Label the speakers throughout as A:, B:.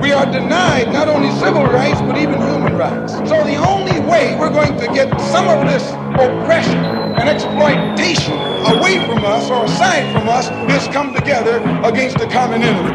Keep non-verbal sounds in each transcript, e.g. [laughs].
A: We are denied not only civil rights, but even human rights. So the only way we're going to get some of this oppression and exploitation away from us or aside from us is come together against the common enemy.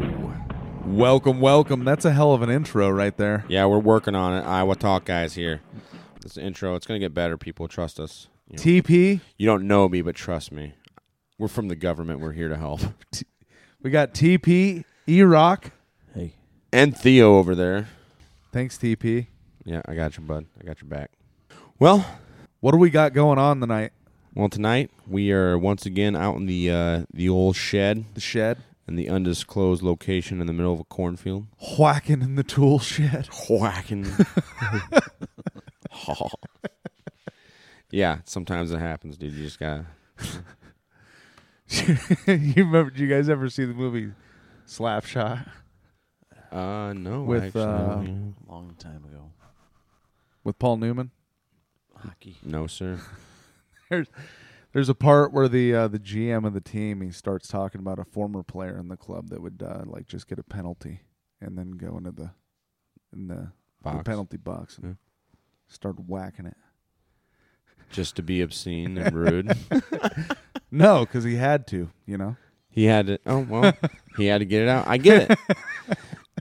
B: Welcome, welcome. That's a hell of an intro right there.
C: Yeah, we're working on it. Iowa Talk guys here. This intro, it's going to get better, people. Trust us.
B: You know, TP?
C: You don't know me, but trust me. We're from the government. We're here to help.
B: we got TP, E Rock.
C: Hey. And Theo over there.
B: Thanks, TP.
C: Yeah, I got you, bud. I got your back. Well,
B: what do we got going on tonight?
C: Well, tonight we are once again out in the uh, the old shed.
B: The shed
C: in the undisclosed location in the middle of a cornfield.
B: Whacking in the tool shed. [laughs]
C: Whacking. oh. yeah, sometimes it happens, dude. You just gotta.
B: you remember? Do you guys ever see the movie Slapshot?
C: Uh, no.
B: With actually, uh,
D: long time ago.
B: With Paul Newman.
D: Hockey.
C: No, sir.
B: There's there's a part where the uh, the GM of the team he starts talking about a former player in the club that would uh, like just get a penalty and then go into the in the, the penalty box and yeah. start whacking it.
C: Just to be obscene and rude.
B: no, because he had to. You know,
C: he had to. Oh well, [laughs] he had to get it out. I get it.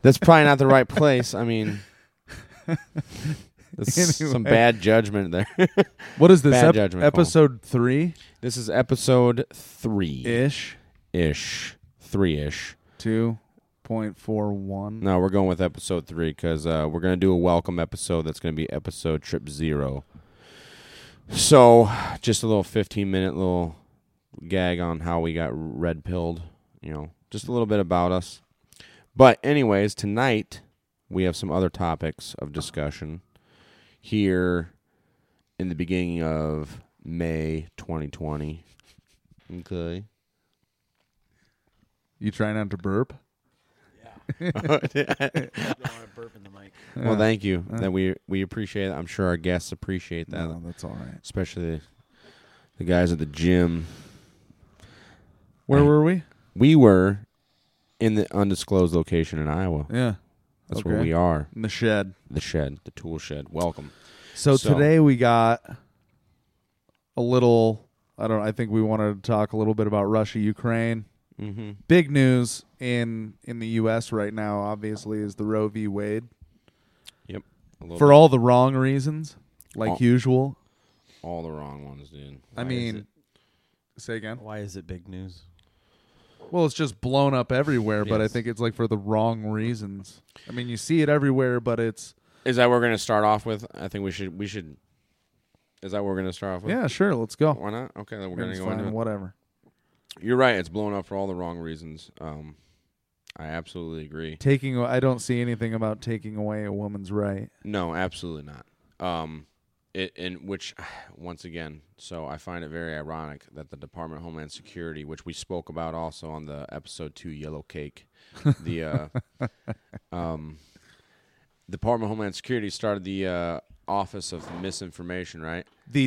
C: That's probably not the right place. I mean. [laughs] Anyway. some bad judgment there. [laughs]
B: what is this ep- judgment, episode Paul. three?
C: This is episode three
B: ish,
C: ish, three ish,
B: two point four one.
C: No, we're going with episode three because uh, we're gonna do a welcome episode. That's gonna be episode trip zero. So, just a little fifteen minute little gag on how we got red pilled. You know, just a little bit about us. But anyways, tonight we have some other topics of discussion here in the beginning of May 2020. Okay.
B: You trying not to burp?
D: Yeah. burp in the mic.
C: Well, thank you. Uh, that we we appreciate it. I'm sure our guests appreciate that.
B: No, that's all right.
C: Especially the, the guys at the gym.
B: Where I, were we?
C: We were in the undisclosed location in Iowa.
B: Yeah.
C: That's okay. where we are.
B: In the shed.
C: The shed. The tool shed. Welcome.
B: So, so, today we got a little. I don't. I think we wanted to talk a little bit about Russia, Ukraine.
C: Mm-hmm.
B: Big news in in the U.S. right now, obviously, is the Roe v. Wade.
C: Yep.
B: For bit. all the wrong reasons, like all, usual.
C: All the wrong ones, dude.
B: Why I mean, say again.
D: Why is it big news?
B: Well, it's just blown up everywhere, but yes. I think it's like for the wrong reasons. I mean, you see it everywhere, but it's
C: Is that what we're going to start off with? I think we should we should Is that what we're going to start off with?
B: Yeah, sure, let's go.
C: Why not? Okay, then we're going to go into
B: whatever.
C: It. You're right, it's blown up for all the wrong reasons. Um I absolutely agree.
B: Taking I don't see anything about taking away a woman's right.
C: No, absolutely not. Um it, in which [sighs] once again so i find it very ironic that the department of homeland security which we spoke about also on the episode 2 yellow
B: [laughs]
C: cake the uh, um, department of homeland security started the uh, office of misinformation right
B: the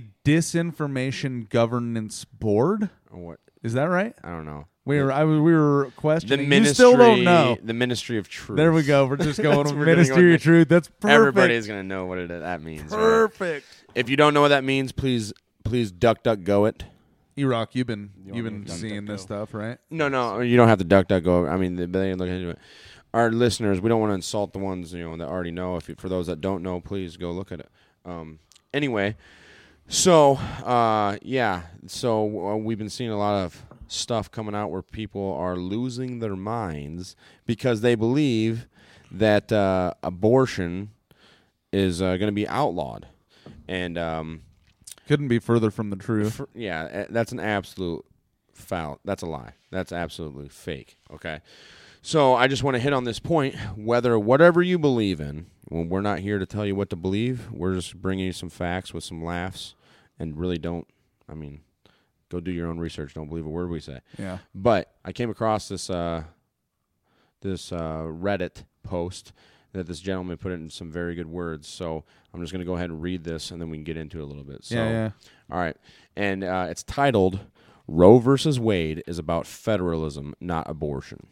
B: disinformation governance board
C: what
B: is that right
C: i don't know
B: we were I, we were questioning.
C: The ministry,
B: you still don't know
C: the Ministry of Truth.
B: There we go. We're just going with Ministry go of Truth. That's perfect.
C: Everybody's gonna know what it, that means.
B: Perfect.
C: Right? If you don't know what that means, please please duck duck go it.
B: Iraq, you've been you have been seeing duck, this go. stuff, right?
C: No, no, you don't have to duck duck go. I mean, they, they look into it. our listeners, we don't want to insult the ones you know that already know. If you, for those that don't know, please go look at it. Um, anyway, so uh, yeah, so uh, we've been seeing a lot of stuff coming out where people are losing their minds because they believe that uh, abortion is uh, going to be outlawed, and um,
B: Couldn't be further from the truth.
C: for, yeah, a- that's an absolute foul. That's a lie. That's absolutely fake. Okay. So I just want to hit on this point whether whatever you believe in, when we're not here to tell you what to believe, we're just bringing you some facts with some laughs and really don't, I mean, go do your own research. Don't believe a word we say.
B: Yeah.
C: But I came across this uh, this uh, Reddit post that this gentleman put in some very good words. So I'm just gonna go ahead and read this, and then we can get into it a little bit. So,
B: Yeah, yeah.
C: All right, and uh, it's titled "Roe versus Wade is about federalism, not abortion."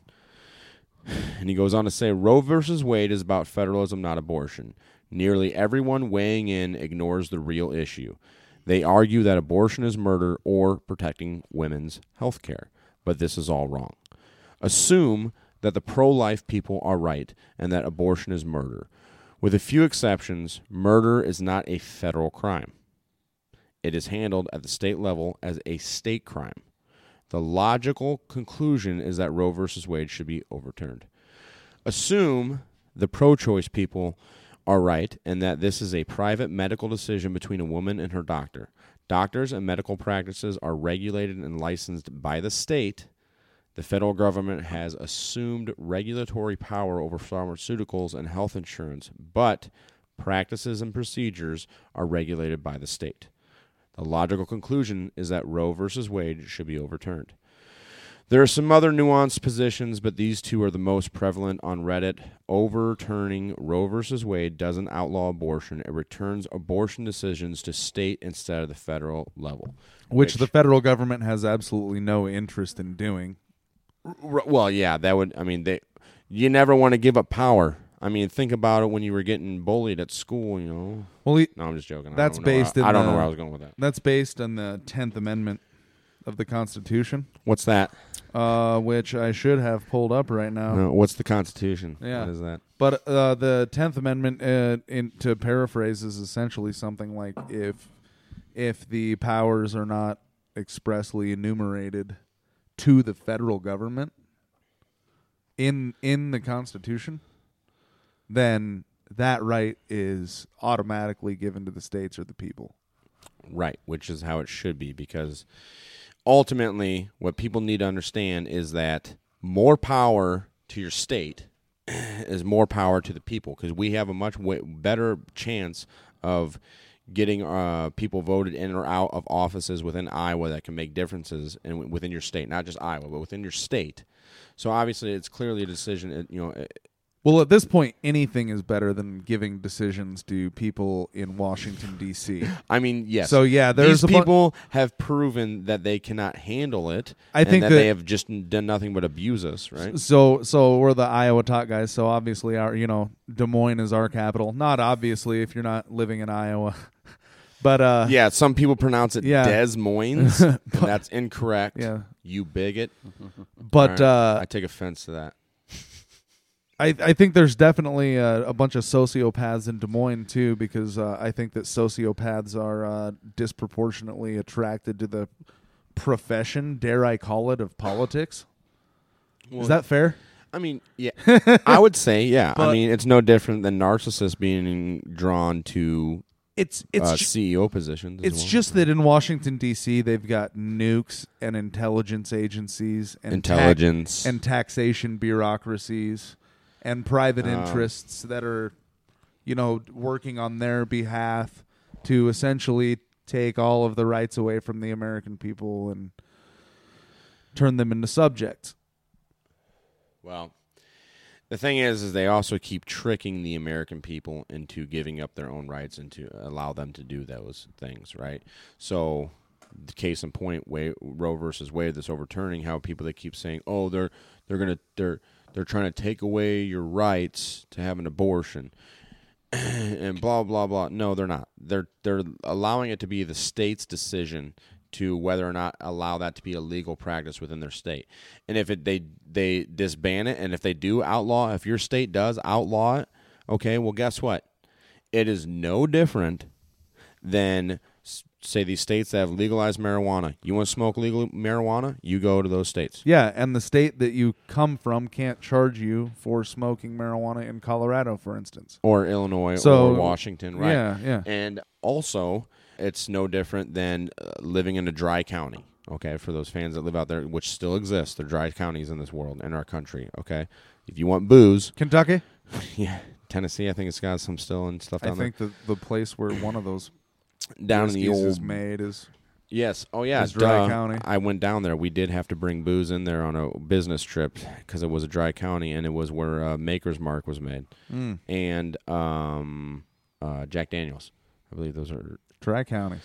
C: And he goes on to say Roe versus Wade is about federalism, not abortion. Nearly everyone weighing in ignores the real issue. They argue that abortion is murder or protecting women's health care. But this is all wrong. Assume that the pro life people are right and that abortion is murder. With a few exceptions, murder is not a federal crime. It is handled at the state level as a state crime. The logical conclusion is that Roe versus Wade should be overturned. Assume the pro choice people are right and that this is a private medical decision between a woman and her doctor. Doctors and medical practices are regulated and licensed by the state. The federal government has assumed regulatory power over pharmaceuticals and health insurance, but practices and procedures are regulated by the state. The logical conclusion is that Roe versus Wade should be overturned. There are some other nuanced positions, but these two are the most prevalent on Reddit. Overturning Roe versus Wade doesn't outlaw abortion, it returns abortion decisions to state instead of the federal level.
B: Which the federal government has absolutely no interest in doing.
C: R- well, yeah, that would. I mean, they. You never want to give up power. I mean, think about it when you were getting bullied at school. You know.
B: Well, he,
C: No, I'm just joking. I
B: That's
C: don't know where
B: based
C: I,
B: in
C: I don't
B: the-
C: know where I was going with that.
B: that's based on the Tenth Amendment of the Constitution,
C: What's that?
B: uh, which I should have pulled up right now.
C: No, what's the Constitution?
B: Oh. Yeah.
C: What is that?
B: But uh, the Tenth Amendment, uh, in, to paraphrase, is essentially something like if if the powers are not expressly enumerated to the federal government in in the Constitution, then that right is automatically given to the states or the people.
C: Right, which is how it should be because ultimately what people need to understand is that more power to your state [clears throat] is more power to the people because we have a much wa better chance of getting uh, people voted in or out of offices within Iowa that can make differences and w- within your state, not just Iowa, but within your state. So obviously, it's clearly a decision. It, you know, it,
B: Well, at this point, anything is better than giving decisions to people in Washington D.C.
C: I mean, yes.
B: So, yeah, there's
C: these
B: a bu-
C: people have proven that they cannot handle it.
B: I
C: and
B: think
C: that,
B: that-
C: they have just n- done nothing but abuse us, right?
B: So, so we're the Iowa Talk guys. So obviously, our you know Des Moines is our capital. Not obviously if you're not living in Iowa, [laughs] but uh,
C: Yeah, some people pronounce it
B: Yeah.
C: Des Moines.
B: [laughs]
C: and that's incorrect.
B: Yeah.
C: You bigot.
B: but uh,
C: I take offense to that.
B: I I think there's definitely a, a bunch of sociopaths in Des Moines too because uh, I think that sociopaths are uh, disproportionately attracted to the profession, dare I call it, of politics. is that fair?
C: I mean, yeah. I would
B: [laughs]
C: say, yeah. I mean, it's no different than narcissists being drawn to
B: It's
C: uh,
B: it's
C: CEO positions. as
B: It's
C: well.
B: just that in Washington D.C. they've got nukes and intelligence agencies and tax-
C: Intelligence.
B: and taxation bureaucracies and private
C: Um,
B: interests that are, you know, working on their behalf to essentially take all of the rights away from the American people and turn them into subjects.
C: Well, the thing is, is they also keep tricking the American people into giving up their own rights and to allow them to do those things, right? So, the case in point, Wa Roe versus Wade, this overturning, how people that keep saying, "Oh, they're they're gonna they're they're trying to take away your rights to have an abortion," and blah blah blah. No, they're not. They're they're allowing it to be the state's decision to whether or not allow that to be a legal practice within their state. And if it, they they disband it, and if they do outlaw, if your state does outlaw it, okay, well guess what? It is no different than s- say these states that have legalized marijuana. You want to smoke legal marijuana? You go to those states.
B: Yeah, and the state that you come from can't charge you for smoking marijuana in Colorado, for instance.
C: or Illinois
B: So-
C: or Washington, right?
B: yeah, yeah.
C: And also, it's no different than uh, living in a dry county. Okay, for those fans that live out there, which still exist, they're dry counties in this world in our country. Okay, if you want booze, [laughs]
B: Kentucky,
C: yeah, Tennessee, I think it's got some still and stuff
B: I
C: down
B: think the the place where one of those
C: there. [coughs] Down in the
B: whiskeys is
C: old
B: made is
C: Yes. Oh yeah.
B: It's dry
C: duh.
B: county.
C: I went down there. We did have to bring booze in there on a business trip because it was a dry county and it was where uh, Maker's Mark was made
B: Mm.
C: and um, uh, Jack Daniels. I believe those are.
B: Tri County.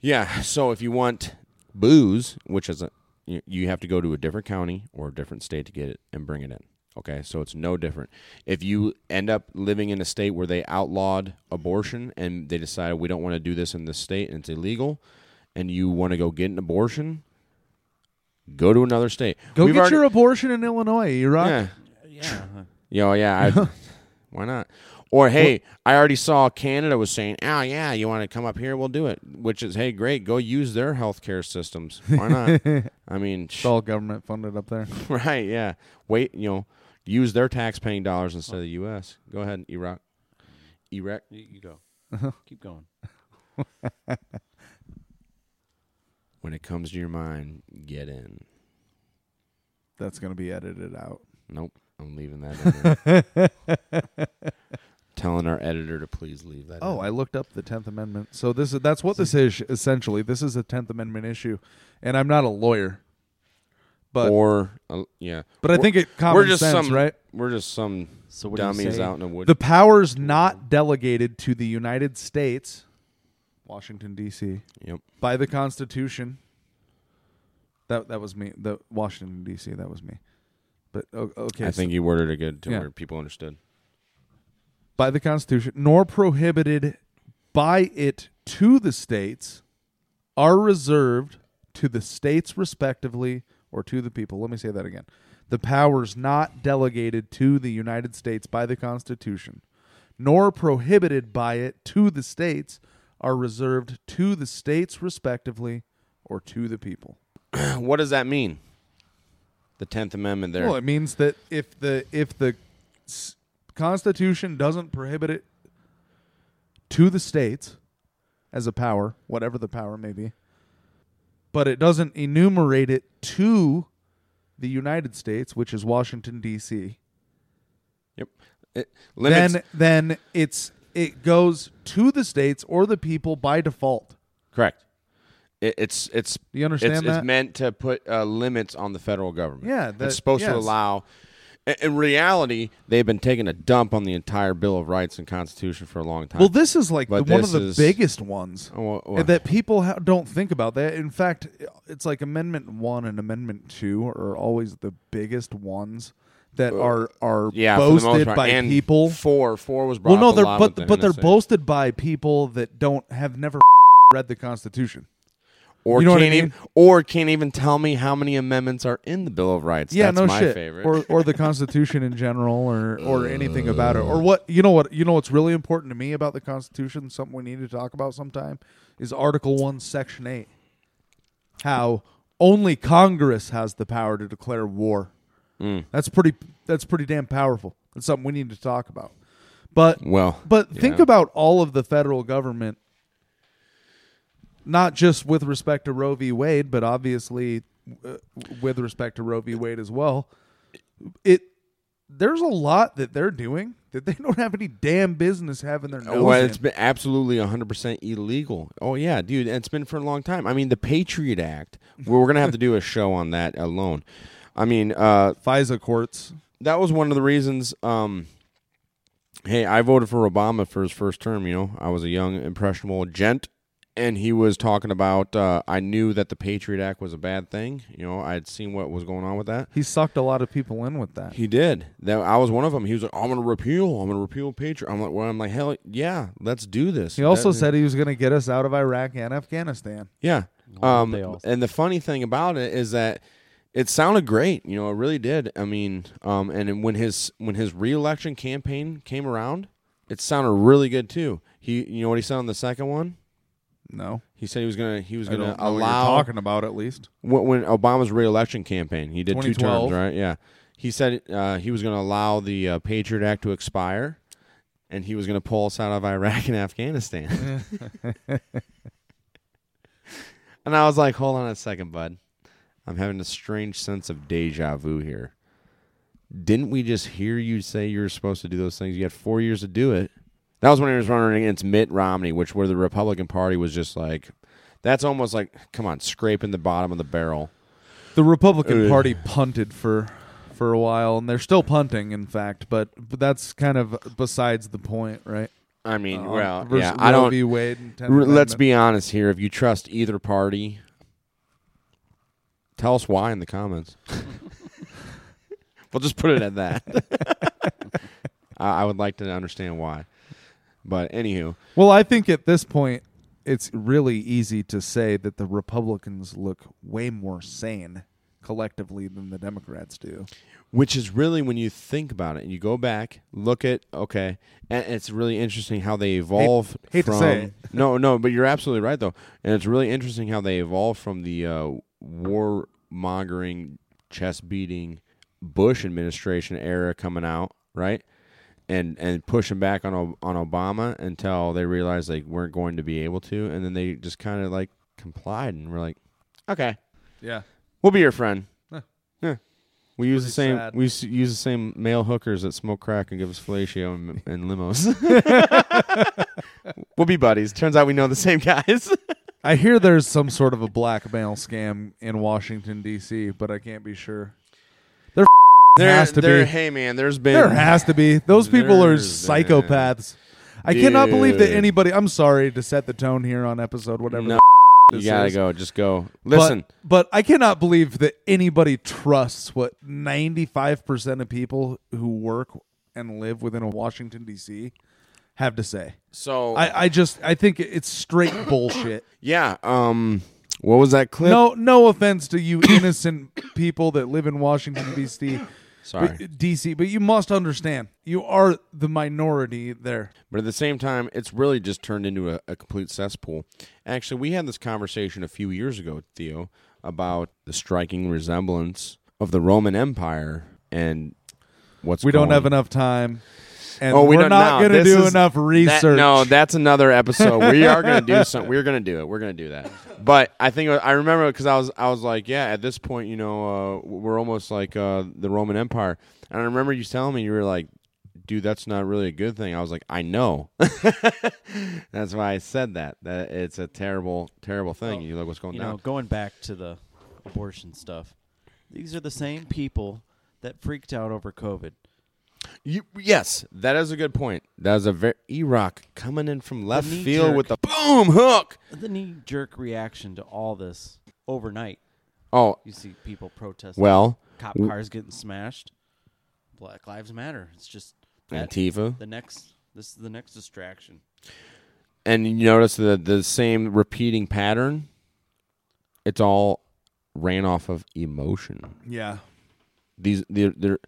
C: Yeah. So if you want booze, which is a, you, you have to go to a different county or a different state to get it and bring it in. Okay, so it's no different. If you end up living in a state where they outlawed abortion and they decided we don't want to do this in this state and it's illegal, and you want to go get an abortion, go to another state.
B: Go
C: We've
B: get
C: already-
B: your abortion in Illinois, you rock.
C: yeah,
D: Yeah.
C: yeah, oh, yeah.
D: [laughs]
C: I, why not? Or hey, I already saw Canada was saying, "Oh yeah, you want to come up here? We'll do it." Which is, hey, great, go use their healthcare systems. Why
D: [laughs]
C: not? I mean,
B: It's all government funded up there.
C: [laughs] right? Yeah. Wait, you know, use their tax-paying dollars instead of the U.S. Go ahead, Iraq, Iraq. Uh-huh.
D: You, you go. [laughs] Keep going.
C: [laughs] When it comes to your mind, get in.
B: That's gonna be edited out.
C: Nope, I'm leaving that. in there.
B: [laughs]
C: Telling our editor to please leave that.
B: Oh,
C: in.
B: I looked up the Tenth Amendment. So this is that's what this is essentially. This is a Tenth Amendment issue, and I'm not a lawyer, but
C: or uh, yeah,
B: but I
C: We're-
B: think it common
C: we're just
B: sense,
C: some
B: right?
C: We're just some
D: So what do you
C: dummies
D: say?
C: out in the woods.
B: The powers not delegated to the United States, Washington D.C.
C: yep.
B: by the Constitution. That that was me. The Washington D.C. That was me. But o- okay,
C: I
B: so
C: think you worded it good to
B: Yeah.
C: where people understood. [clears throat]
B: by the Constitution, nor prohibited by it to the states, are reserved to the states respectively or to the people. Let me say that again. The powers not delegated to the United States by the Constitution, nor prohibited by it to the states, are reserved to the states respectively or to the people.
C: What does that mean? The Tenth Amendment there.
B: Well, it means that if the if the s- Constitution doesn't prohibit it to the states as a power, whatever the power may be, but it doesn't enumerate it to the United States, which is Washington D.C.
C: yep. It limits,
B: Then then it's it goes to the states or the people by default.
C: correct. It, it's it's
B: Do you understand
C: it's,
B: that?
C: it's meant to put uh, limits on the federal government.
B: Yeah, that-
C: it's supposed
B: yes.
C: to allow. i- In reality, they've been taking a dump on the entire Bill of Rights and Constitution for a long time.
B: Well, this is like
C: But
B: the, one of
C: this
B: the
C: is-
B: biggest ones
C: Oh, well,
B: uh,
C: well.
B: that people ha- don't think about. That in fact, it's like Amendment One and Amendment Two are always the biggest ones that are are
C: yeah, for the most
B: boasted
C: part.
B: by
C: And
B: people.
C: Four, four was brought.
B: well, no,
C: up a
B: they're
C: lot
B: but
C: with the
B: but they're
C: NSA.
B: boasted by people that don't have never [laughs] read the Constitution.
C: or
B: You know what
C: can't
B: I mean?
C: even or can't even tell me how many amendments are in the Bill of Rights.
B: Yeah,
C: That's
B: no
C: my
B: shit.
C: favorite.
B: Or
C: [laughs]
B: or the Constitution in general, or or anything about it, or what you know what you know what's really important to me about the Constitution. Something we need to talk about sometime is Article One, Section Eight. How only Congress has the power to declare war.
C: Mm.
B: That's pretty. That's pretty damn powerful. That's something we need to talk about. But
C: well,
B: but think about all of the federal government, not just with respect to Roe v. Wade, but obviously uh, with respect to Roe v. Wade as well. It there's a lot that they're doing that they [laughs] don't have any damn business having their nose
C: well,
B: in.
C: it's been absolutely 100% illegal. Oh, yeah, dude. and It's been for a long time. I mean, the Patriot Act, we're going to have to do a show on that alone. I mean, uh,
B: FISA courts.
C: that was one of the reasons. Um, hey, I voted for Obama for his first term. You know, I was a young, impressionable gent, and he was talking about. Uh, I knew that the Patriot Act was a bad thing. You know, I had seen what was going on with that.
B: He sucked a lot of people in with that.
C: He did. That I was one of them. He was like, "I'm gonna repeal. I'm gonna repeal Patriot." I'm like, "Well, I'm like, hell yeah, let's do this."
B: He also
C: That-
B: said he was going to get us out of Iraq and Afghanistan.
C: "Yeah, Um,
D: they all-
C: and the funny thing about it is that it sounded great. You know, it really did. I mean, um, and when his when his reelection campaign came around, it sounded really good too. He, you know what he said on the second one?
B: No,
C: He said he was gonna he was
B: I don't know
C: gonna
B: what you're
C: uh, allow
B: talking about at least.
C: when, when Obama's reelection campaign. He did two terms,
B: 2012.
C: right? Yeah. He said uh, he was going to allow the uh, Patriot Act to expire, and he was going to pull us out of Iraq and Afghanistan. and I was like, "Hold on a second, bud. I'm having a strange sense of deja vu here. Didn't we just hear you say you were supposed to do those things? You had four years to do it." That was when he was running against Mitt Romney, which where the Republican Party was just like, that's almost like, come on, scraping the bottom of the barrel.
B: The Republican
C: Uh.
B: Party punted for for a while, and they're still punting, in fact. But but that's kind of besides the point, right?
C: I mean,
B: Uh,
C: well,
B: versus
C: yeah, I
B: Roe
C: don't.
B: v. Wade and 10th
C: r- let's
B: Amendment.
C: be honest here. If you trust either party, tell us why in the comments. we'll just [laughs] put it at that. [laughs] I, I would like to understand why. But anywho,
B: Well, I think at this point, it's really easy to say that the Republicans look way more sane collectively than the Democrats do.
C: which is really when you think about it and you go back, look at okay, and it's really interesting how they evolve.
B: hate to
C: from,
B: say it.
C: [laughs] no, no, but you're absolutely right though, and it's really interesting how they evolve from the uh, war mongering, chest beating Bush administration era coming out right, and and pushing back on O- on Obama until they realized they weren't going to be able to, and then they just kind of like complied and were like, okay,
B: Yeah.
C: We'll be your friend.
B: Huh.
C: Yeah. We use the
B: Pretty
C: same.
B: sad.
C: We s- use the same male hookers that smoke crack and give us fellatio and, and [laughs] limos. we'll be buddies. Turns out we know the same guys.
B: I hear there's some sort of a blackmail scam in Washington D.C., but I can't be sure. There
C: [laughs] there
B: has to
C: there-
B: be.
C: Hey man, there's been.
B: There has to be. Those people are
C: There's that.
B: psychopaths. I cannot believe that
C: Dude.
B: anybody. I'm sorry to set the tone here on episode whatever.
C: No,
B: the
C: you
B: this
C: gotta
B: is.
C: go. Just go.
B: But-
C: Listen.
B: but, I cannot believe that anybody trusts what 95% of people who work and live within a Washington D.C. have to say.
C: so
B: I, I just I think
C: [coughs]
B: it's straight bullshit.
C: yeah. Um. What was that clip?
B: No, no offense to you [coughs] innocent people that live in Washington D.C.
C: Sorry.
B: But- D.C. But you must understand, you are the minority there.
C: But at the same time, it's really just turned into a, a complete cesspool. Actually, we had this conversation a few years ago, Theo, about the striking resemblance of the Roman Empire and what's
B: we don't
C: going-
B: have enough time, and
C: Oh, we
B: we're
C: don't,
B: not
C: no,
B: going to
C: this
B: do
C: is-
B: enough
C: that-
B: research.
C: no, that's another episode. We are going to
B: [laughs]
C: do some. We're going to do it. We're going to do that. But I think I remember because I was I was like, yeah, at this point, you know, uh, we're almost like uh, the Roman Empire. And I remember you telling me you were like, dude, that's not really a good thing. I was like, I know. [laughs] that's why I said that. That it's a terrible, terrible
B: Oh,
C: thing. you look what's going
D: you
C: down.
D: know, going back to the abortion stuff, these are the same people that freaked out over COVID.
C: You, yes, that is a good point. That is a very Iraq coming in from left
D: knee
C: field
D: jerk.
C: with the boom hook.
D: The knee jerk reaction to all this overnight.
C: Oh,
D: You see people protesting.
C: well.
D: cop
C: w-
D: cars getting smashed. Black Lives Matter. It's just that-
C: Antifa.
D: The next. This is the next distraction.
C: and you notice the the same repeating pattern. It's all ran off of emotion.
B: yeah,
C: These they're, they're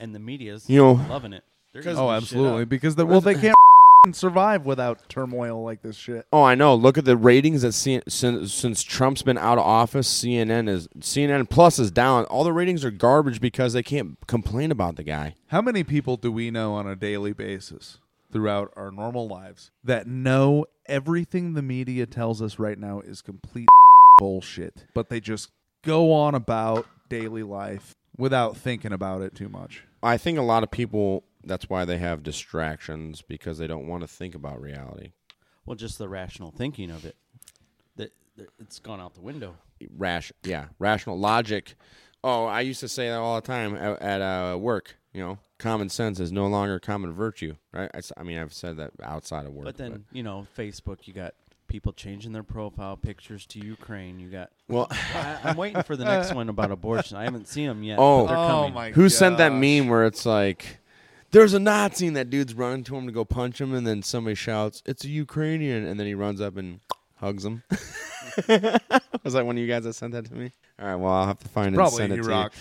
D: and the media's
C: You know-
D: loving it. They're eating
B: Oh,
D: this shit
B: absolutely.
D: up.
B: Because the, well, they can't [laughs] survive without turmoil like this shit.
C: oh I know. Look at the ratings that C- since since Trump's been out of office, CNN is CNN Plus is down. All the ratings are garbage because they can't complain about the guy.
B: How many people do we know on a daily basis throughout our normal lives that know everything the media tells us right now is complete [laughs] bullshit, but they just go on about daily life without thinking about it too much?
C: I think a lot of people that's why they have distractions because they don't want to think about reality.
D: Well, just the rational thinking of it. That that it's gone out the window.
C: rash yeah rational logic oh i used to say that all the time at, at uh, work you know common sense is no longer common virtue right i, s- I mean i've said that outside of work
D: But then you know, Facebook. You got people changing their profile pictures to Ukraine. You got. [laughs]
C: [laughs] well
D: I, I'm waiting for the next one
C: [laughs]
D: about abortion. I haven't seen them yet.
C: Oh.
D: but they're
C: Oh
D: coming.
C: who sent that meme where it's like there's a nazi and that dude's running to him to go punch him and then somebody shouts it's a ukrainian and then he runs up and hugs him. [laughs] was that one of you guys that sent that to me? All right, well I'll have to find it and
B: Probably
C: send it
B: E-Rock.
C: to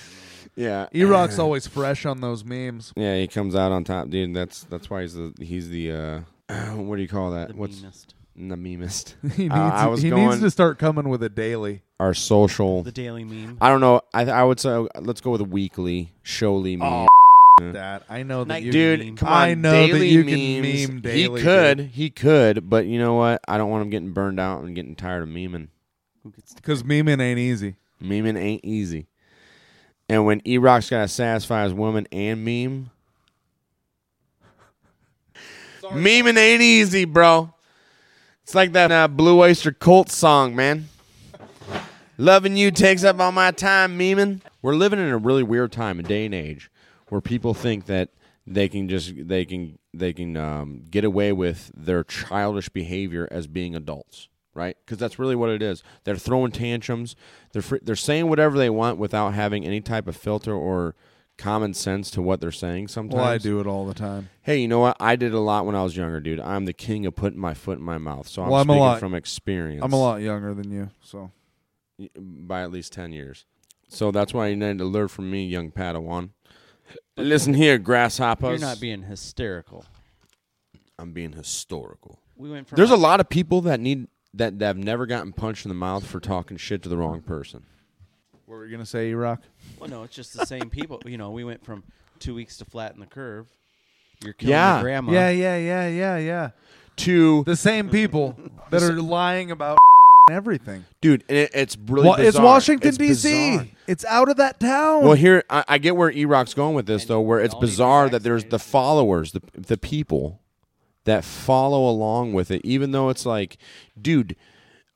C: you. Yeah, [laughs]
B: E-Rock's always fresh on those memes. [laughs]
C: yeah, he comes out on top, dude. That's that's why he's the he's the uh, [clears throat] what do you call that?
D: The
C: What's
D: meanest.
C: the memest?
B: [laughs] He needs,
C: Uh, I was
B: he
C: going
B: needs to start coming with a daily.
C: our social.
D: The Daily Meme.
C: I don't know. I I would say let's go with a weekly showly meme.
B: That I know that
D: Oh, Night-
B: you.
D: Dude,
C: Dude, come
D: come
B: I
C: on,
B: on, know that
C: daily
B: daily you
C: memes.
B: can memes. meme daily,
C: he could,
B: dude.
C: he could, but you know what? I don't want him getting burned out and getting tired of memeing.
D: Who gets to-
B: Because memeing ain't easy.
C: Memeing ain't easy. And when E Rock's got to satisfy his woman and meme, memeing ain't easy, bro. It's like that uh, Blue Oyster Cult song, man. Loving you takes up all my time, memeing. We're living in a really weird time, a day and age, where people think that they can just they can they can um, get away with their childish behavior as being adults, right? Because that's really what it is. They're throwing tantrums. They're fr- they're saying whatever they want without having any type of filter or common sense to what they're saying. Sometimes
B: Well, I do it all the time.
C: Hey, you know what? I did a lot when I was younger, dude. I'm the king of putting my foot in my mouth, so I'm,
B: Well, I'm a
C: speaking
B: lot-
C: from experience.
B: I'm a lot younger than you, so
C: by at least ten years. So that's why you need to learn from me, young Padawan. Listen here, grasshoppers.
D: You're not being hysterical.
C: I'm being historical.
D: We went from
C: There's a lot of people that need that, that have never gotten punched in the mouth for talking shit to the wrong person.
B: what were you gonna say, E-Rock?
D: Well, no, it's just the same people. You know, we went from two weeks to flatten the curve. You're killing
C: Yeah.
D: your grandma.
B: Yeah, yeah, yeah, yeah, yeah.
C: To
B: The same people that are lying about [laughs] everything.
C: dude, and it, it's really
B: Wa- it's
C: bizarre.
B: Washington
C: It's bizarre.
B: D.C. It's out of that town.
C: Well, here I, I get where E Rock's going with this, though, where it's
D: all need to be
C: bizarre that there's the followers, the the people that follow along with it, even though it's like, dude,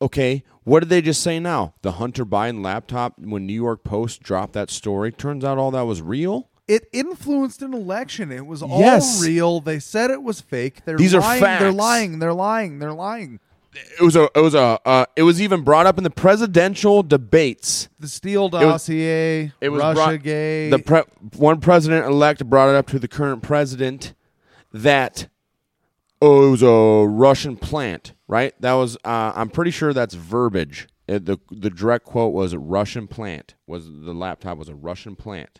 C: okay, what did they just say now? The Hunter Biden laptop when New York Post dropped that story. Turns out all that was real.
B: it influenced an election. It was all
C: Yes.
B: real. They said it was fake. They're
C: These are
B: lying. They're
C: facts.
B: lying. They're lying. They're lying.
C: It was a it was a uh, it was even brought up in the presidential debates.
B: The Steele dossier,
C: It was
B: Russia
C: brought,
B: gay.
C: The pre- one president elect brought it up to the current president that oh, it was a Russian plant, right? That was uh, I'm pretty sure that's verbiage. It- the the direct quote was Russian plant was the laptop was a Russian plant.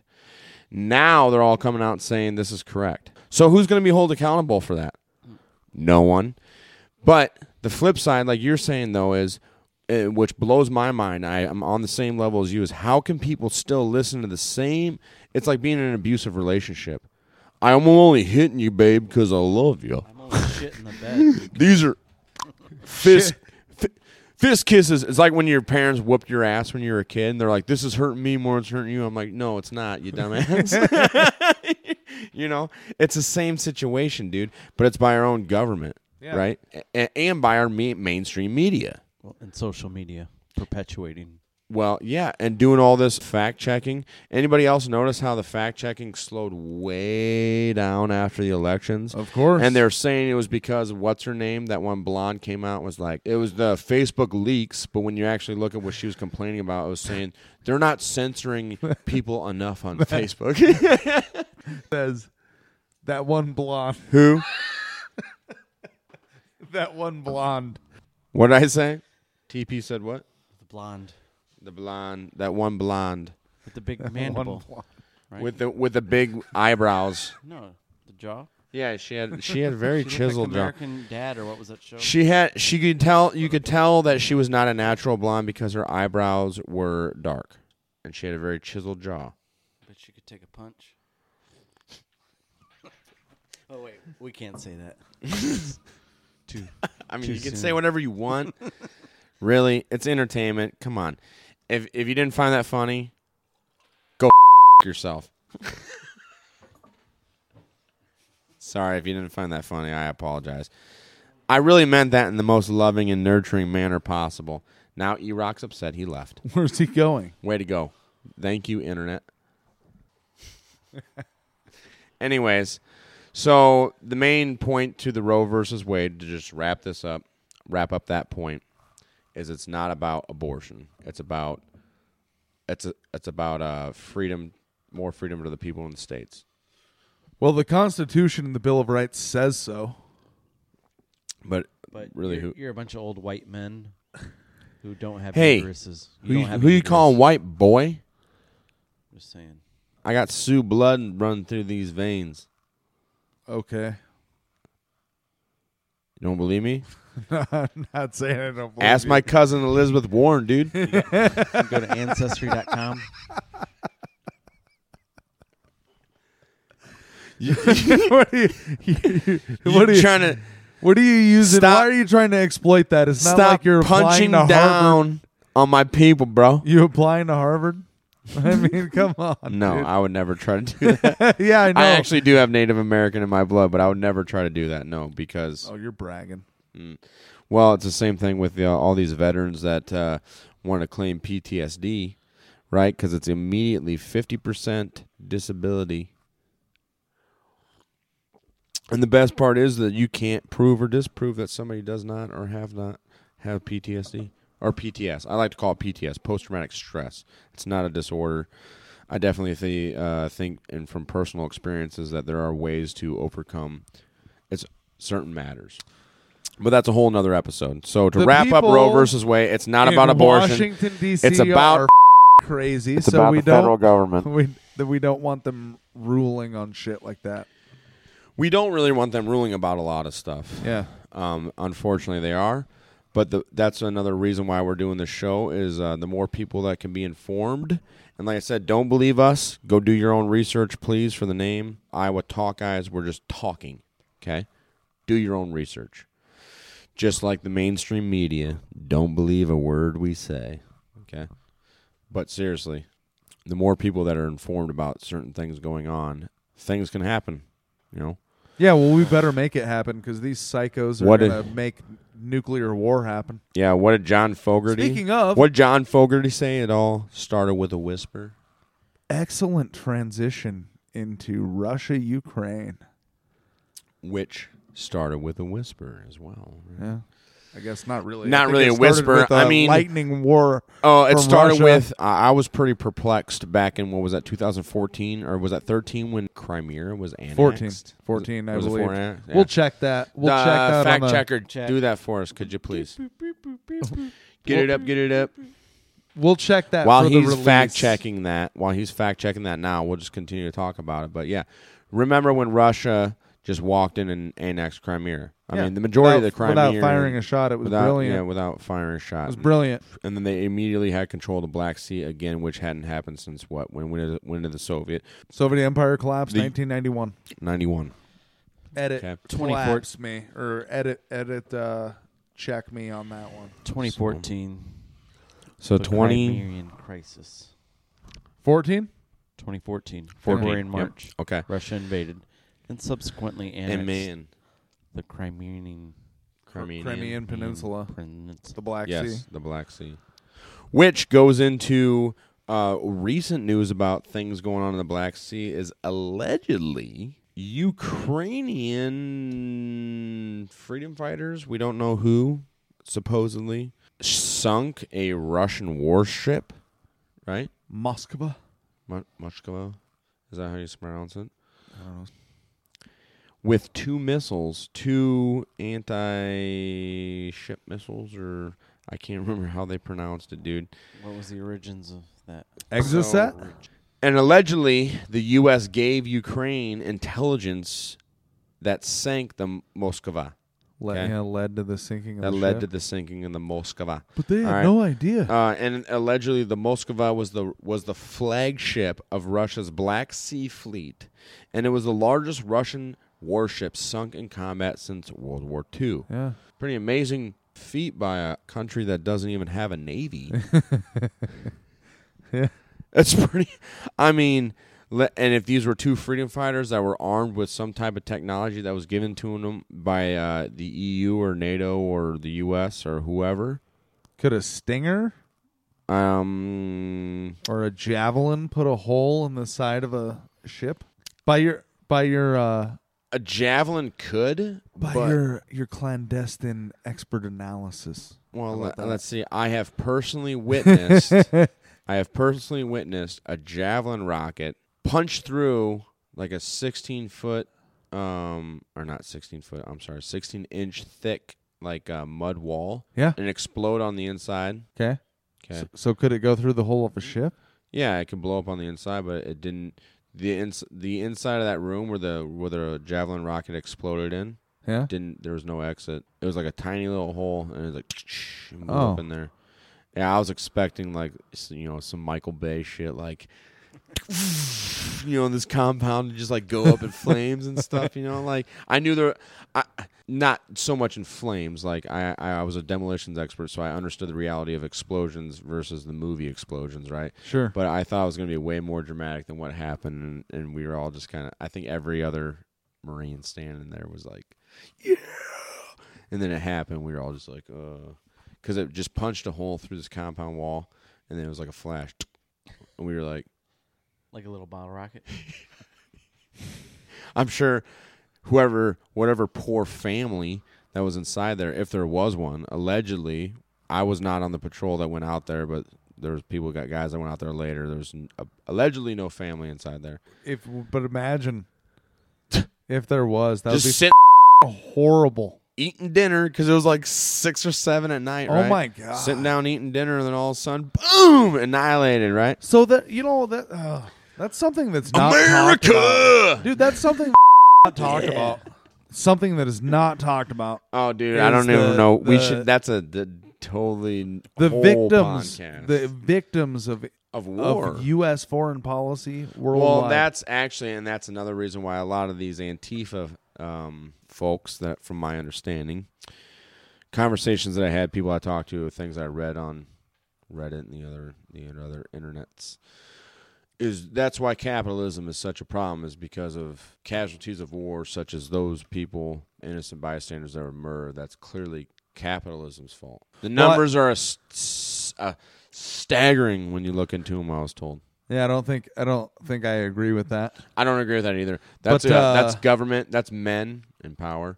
C: Now they're all coming out saying this is correct. So who's going to be held accountable for that? No one. But the flip side, like you're saying though, is uh, which blows my mind. I, I'm on the same level as you. Is how can people still listen to the same? It's like being in an abusive relationship. I'm only hitting you, babe, because I love you.
D: I'm only shit in the bed.
C: [laughs] These are fist fi- fist kisses. It's like when your parents whooped your ass when you were a kid, and they're like, "This is hurting me more than it's hurting you." I'm like, "No, it's not,
D: [laughs]
C: you dumbass." [laughs] you know, it's the same situation, dude. But it's by our own government, right? A- and by our me- mainstream media.
D: well, and social media perpetuating.
C: Well, yeah, and doing all this fact checking. Anybody else notice how the fact checking slowed way down after the elections?
B: Of course.
C: And they're saying it was because what's her name? That one blonde came out and was like it was the Facebook leaks, but when you actually look at what she was complaining about, it was saying they're not censoring people enough on Facebook. [laughs]
B: says that one blonde. [laughs]
C: Who?
B: That one blonde.
C: What did I say? TP said what?
D: The blonde
C: The blonde, that one blonde
D: with the
C: [laughs]
D: big mandible. Right.
C: with the with the big eyebrows.
D: No, the jaw.
C: Yeah, she had she had very
D: [laughs] She looked like
C: chiseled jaw.
D: American Dad or what was that show?
C: She had she could tell you could tell that she was not a natural blonde because her eyebrows were dark and she had a very chiseled jaw.
D: But she could take a punch. [laughs] oh wait, we can't say that. Too.
C: I mean,
D: Too
C: you can
D: soon.
C: say whatever you want. really, it's entertainment. Come on. If if you didn't find that funny, go [laughs] yourself. Sorry if you didn't find that funny. I apologize. I really meant that in the most loving and nurturing manner possible. Now E Rock's upset he left.
B: Where's he going?
C: Way to go. Thank you, internet. [laughs] Anyways, so the main point to the Roe versus Wade to just wrap this up, wrap up that point is it's not about abortion. It's about it's a, it's about uh, freedom, more freedom to the people in the states.
B: Well, the Constitution and the Bill of Rights says so.
C: But
D: [laughs] But
C: really
D: you're,
C: who-
D: you're a bunch of old white men who don't have
C: Hey,
D: uteruses.
C: Who
D: don't
C: you,
D: have
C: who you calling
D: uterus.
C: white boy?
D: Just saying.
C: I got Sioux blood run through these veins.
B: Okay. [laughs]
C: You don't believe me?
B: I'm not saying I don't believe
C: Ask
B: you.
C: my cousin Elizabeth Warren, dude.
D: You go to
C: [laughs]
D: ancestry.com.
B: [laughs] what are you, what are
C: you
B: you,
C: trying to
B: what are you using?
C: Stop-
B: Why are you trying to exploit that? It's not
C: stop
B: like you're
C: punching
B: applying to
C: down
B: Harvard.
C: on my people, bro?
B: You applying to Harvard? [laughs] I mean, come on.
C: No, I would never try to
B: [laughs]
C: do that.
B: yeah, I know.
C: I actually do have Native American in my blood, but I would never try to do that. No, because
B: Oh, you're bragging.
C: Well, it's the same thing with uh, all these veterans that uh, want to claim PTSD, right? Because it's immediately 50% disability. And the best part is that you can't prove or disprove that somebody does not or have not have PTSD or PTS. I like to call it PTS, post traumatic stress. It's not a disorder. I definitely thi- uh, think, and from personal experiences, that there are ways to overcome it's certain matters. But that's a whole nother episode. So to
B: The
C: wrap up Roe
B: people
C: versus Wade, it's not
B: In
C: about abortion.
B: Washington D.C.
C: It's about-
B: are [laughs] crazy.
C: it's
B: so
C: about
B: we
C: the federal
B: don't
C: government.
B: [laughs] we that we don't want them ruling on shit like that.
C: we don't really want them ruling about a lot of stuff.
B: Yeah.
C: Um, unfortunately, they are. But the, that's another reason why we're doing this show is uh, the more people that can be informed. And like I said, don't believe us. Go do your own research, please, for the name Iowa Talk Guys. We're just talking. Okay, do your own research. Just like the mainstream media, don't believe a word we say. Okay, but seriously, the more people that are informed about certain things going on, things can happen. You know,
B: Yeah, well, we better make it happen because these psychos are
C: What
B: gonna
C: if-
B: make nuclear war happen.
C: Yeah, what did John Fogerty?
B: Speaking of-
C: what did John Fogerty say? It all started with a whisper.
B: Excellent transition into Russia Ukraine.
C: Which started with a whisper as well.
B: Yeah, I guess not really.
C: Not
B: I think
C: really
B: it
C: a
B: started
C: whisper.
B: with, uh,
C: I mean-
B: lightning war.
C: Oh, it
B: from
C: started
B: Russia.
C: with I I was pretty perplexed back in what was that 2014 or was that 13 when Crimea was annexed?
B: 14.
C: Was it-
B: 14, I
C: was it
B: believe.
C: four annexed? Yeah.
B: We'll check that. We'll
C: Uh,
B: check that.
C: fact
B: on the-
C: checker, do that for us, could you please? Get it up, get it up.
B: We'll check that
C: while
B: for the
C: he's
B: release.
C: fact checking that, while he's fact checking that now, we'll just continue to talk about it. But yeah, remember when Russia just walked in and annexed Crimea? I
B: Yeah.
C: mean, the majority of the
B: Without-
C: Crimea
B: without firing a shot, it was
C: without-
B: brilliant.
C: Yeah, without firing a shot,
B: It was brilliant.
C: And then they immediately had control of the Black Sea again, which hadn't happened since what? When when did- when did the Soviet
B: Soviet Empire collapsed,
C: The-
B: 1991.
C: ninety one?
B: Edit
C: Okay.
B: collapse me or edit edit uh, check me on that one.
D: 2014.
C: So
D: the
C: twenty
D: Crimean crisis.
B: 14.
C: 14,
D: 2014. February and
C: yep,
D: March.
C: okay.
D: Russia invaded and subsequently annexed
C: and man,
D: the Crimean
C: Crimean,
B: Crimean Peninsula,
D: Peninsula.
B: the Black
C: yes,
B: Sea.
C: the Black Sea, which goes into uh, recent news about things going on in the Black Sea is allegedly Ukrainian freedom fighters. We don't know who supposedly sunk a Russian warship, right?
B: Moscow.
C: Mu- Mushkova, is that how you pronounce it? With two missiles, two anti-ship missiles, or I can't remember how they pronounced it, dude.
D: What was the origins of that?
B: Exocet.
C: And allegedly, the U.S. gave Ukraine intelligence that sank the M- Moskva,
B: Le-
C: Okay.
B: Yeah, led to the sinking of
C: that
B: the
C: led to
B: ship.
C: the sinking of the Moskva.
B: Oh, But they had
C: All right.
B: no idea.
C: Uh, and allegedly, the Moskva was the was the flagship of Russia's Black Sea Fleet, and it was the largest Russian warship sunk in combat since World War II.
B: yeah.
C: Pretty amazing feat by a country that doesn't even have a navy. [laughs]
B: Yeah.
C: That's pretty. I mean, le- and if these were two freedom fighters that were armed with some type of technology that was given to them by uh, the EU or NATO or the US or whoever,
B: Could a stinger
C: um,
B: or a javelin put a hole in the side of a ship? By your by your uh
C: a javelin could.
B: by
C: but,
B: your your clandestine expert analysis.
C: well,
B: How
C: let,
B: about that?
C: us see. I have personally
B: [laughs]
C: witnessed. I have personally witnessed a javelin rocket punch through like a 16 foot, um, or not 16 foot. I'm sorry, 16 inch thick like uh, mud wall.
B: Yeah.
C: And explode on the inside.
B: Okay.
C: Okay.
B: So, so could it go through the whole of a ship?
C: yeah, it could blow up on the inside, but it didn't. The ins- the inside of that room where the where the javelin rocket exploded in
B: Yeah.
C: didn't. There was no exit. It was like a tiny little hole, and it was like and blew
B: Oh.
C: up in there. Yeah, I was expecting like s- you know some Michael Bay shit like. You know, in this compound and just like go up in flames and stuff. You know, like I knew there, I, not so much in flames. Like I, I I was a demolitions expert, so I understood the reality of explosions versus the movie explosions, right?
B: Sure.
C: But I thought it was going to be way more dramatic than what happened, and, and we were all just kind of. I think every other Marine standing there was like, "Yeah," and then it happened. We were all just like, "Uh," because it just punched a hole through this compound wall, and then it was like a flash, and we were like,
D: like a little bottle rocket.
C: I'm sure whoever, whatever poor family that was inside there, if there was one, allegedly, I was not on the patrol that went out there, but there was people got guys that went out there later. There was n- a, allegedly no family inside there.
B: If but imagine [laughs] if there was that
C: Just
B: would be
C: sit
B: horrible.
C: eating dinner because it was like six or seven at night.
B: Oh
C: right?
B: my God.
C: Sitting down eating dinner and then all of a sudden, boom, annihilated. Right?
B: So that you know that uh, that's something that's not talked about.
C: America.
B: dude. That's something [laughs] not talked about. Something that is not talked about.
C: Oh, dude,
B: Is
C: I don't even
B: the-
C: know. we
B: the-
C: should. That's a the, totally n-
B: The
C: whole
B: victims,
C: podcast
B: the victims of
C: of war.
B: of U.S. foreign policy worldwide.
C: Well, that's actually, and that's another reason why a lot of these Antifa um, folks, that from my understanding, conversations that I had, people I talked to, things I read on Reddit and the other the other internets, is that's why capitalism is such a problem is because of casualties of war, such as those people, innocent bystanders that were murdered. That's clearly capitalism's fault. The numbers are a, st- a staggering when you look into them. I was told.
B: yeah. I don't think I don't think I agree with that.
C: I don't agree with that either. That's
B: But,
C: uh,
B: uh,
C: that's government. That's men in
B: [laughs]
C: power,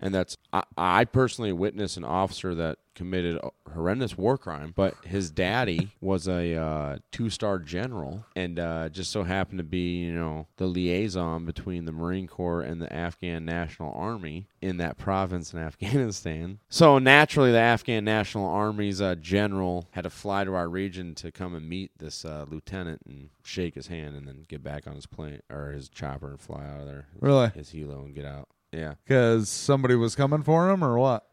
C: and that's I, I personally witnessed an officer that committed a horrendous war crime. But his daddy was a uh, two star general, and uh, just so happened to be you know the liaison between the Marine Corps and the Afghan National Army in that province in [laughs] Afghanistan. So naturally, the Afghan National Army's uh, general had to fly to our region to come and meet this uh, lieutenant and shake his hand, and then get back on his plane or his chopper and fly out of there.
B: Really?
C: his helo and get out. Yeah.
B: Because somebody was coming for him, or what?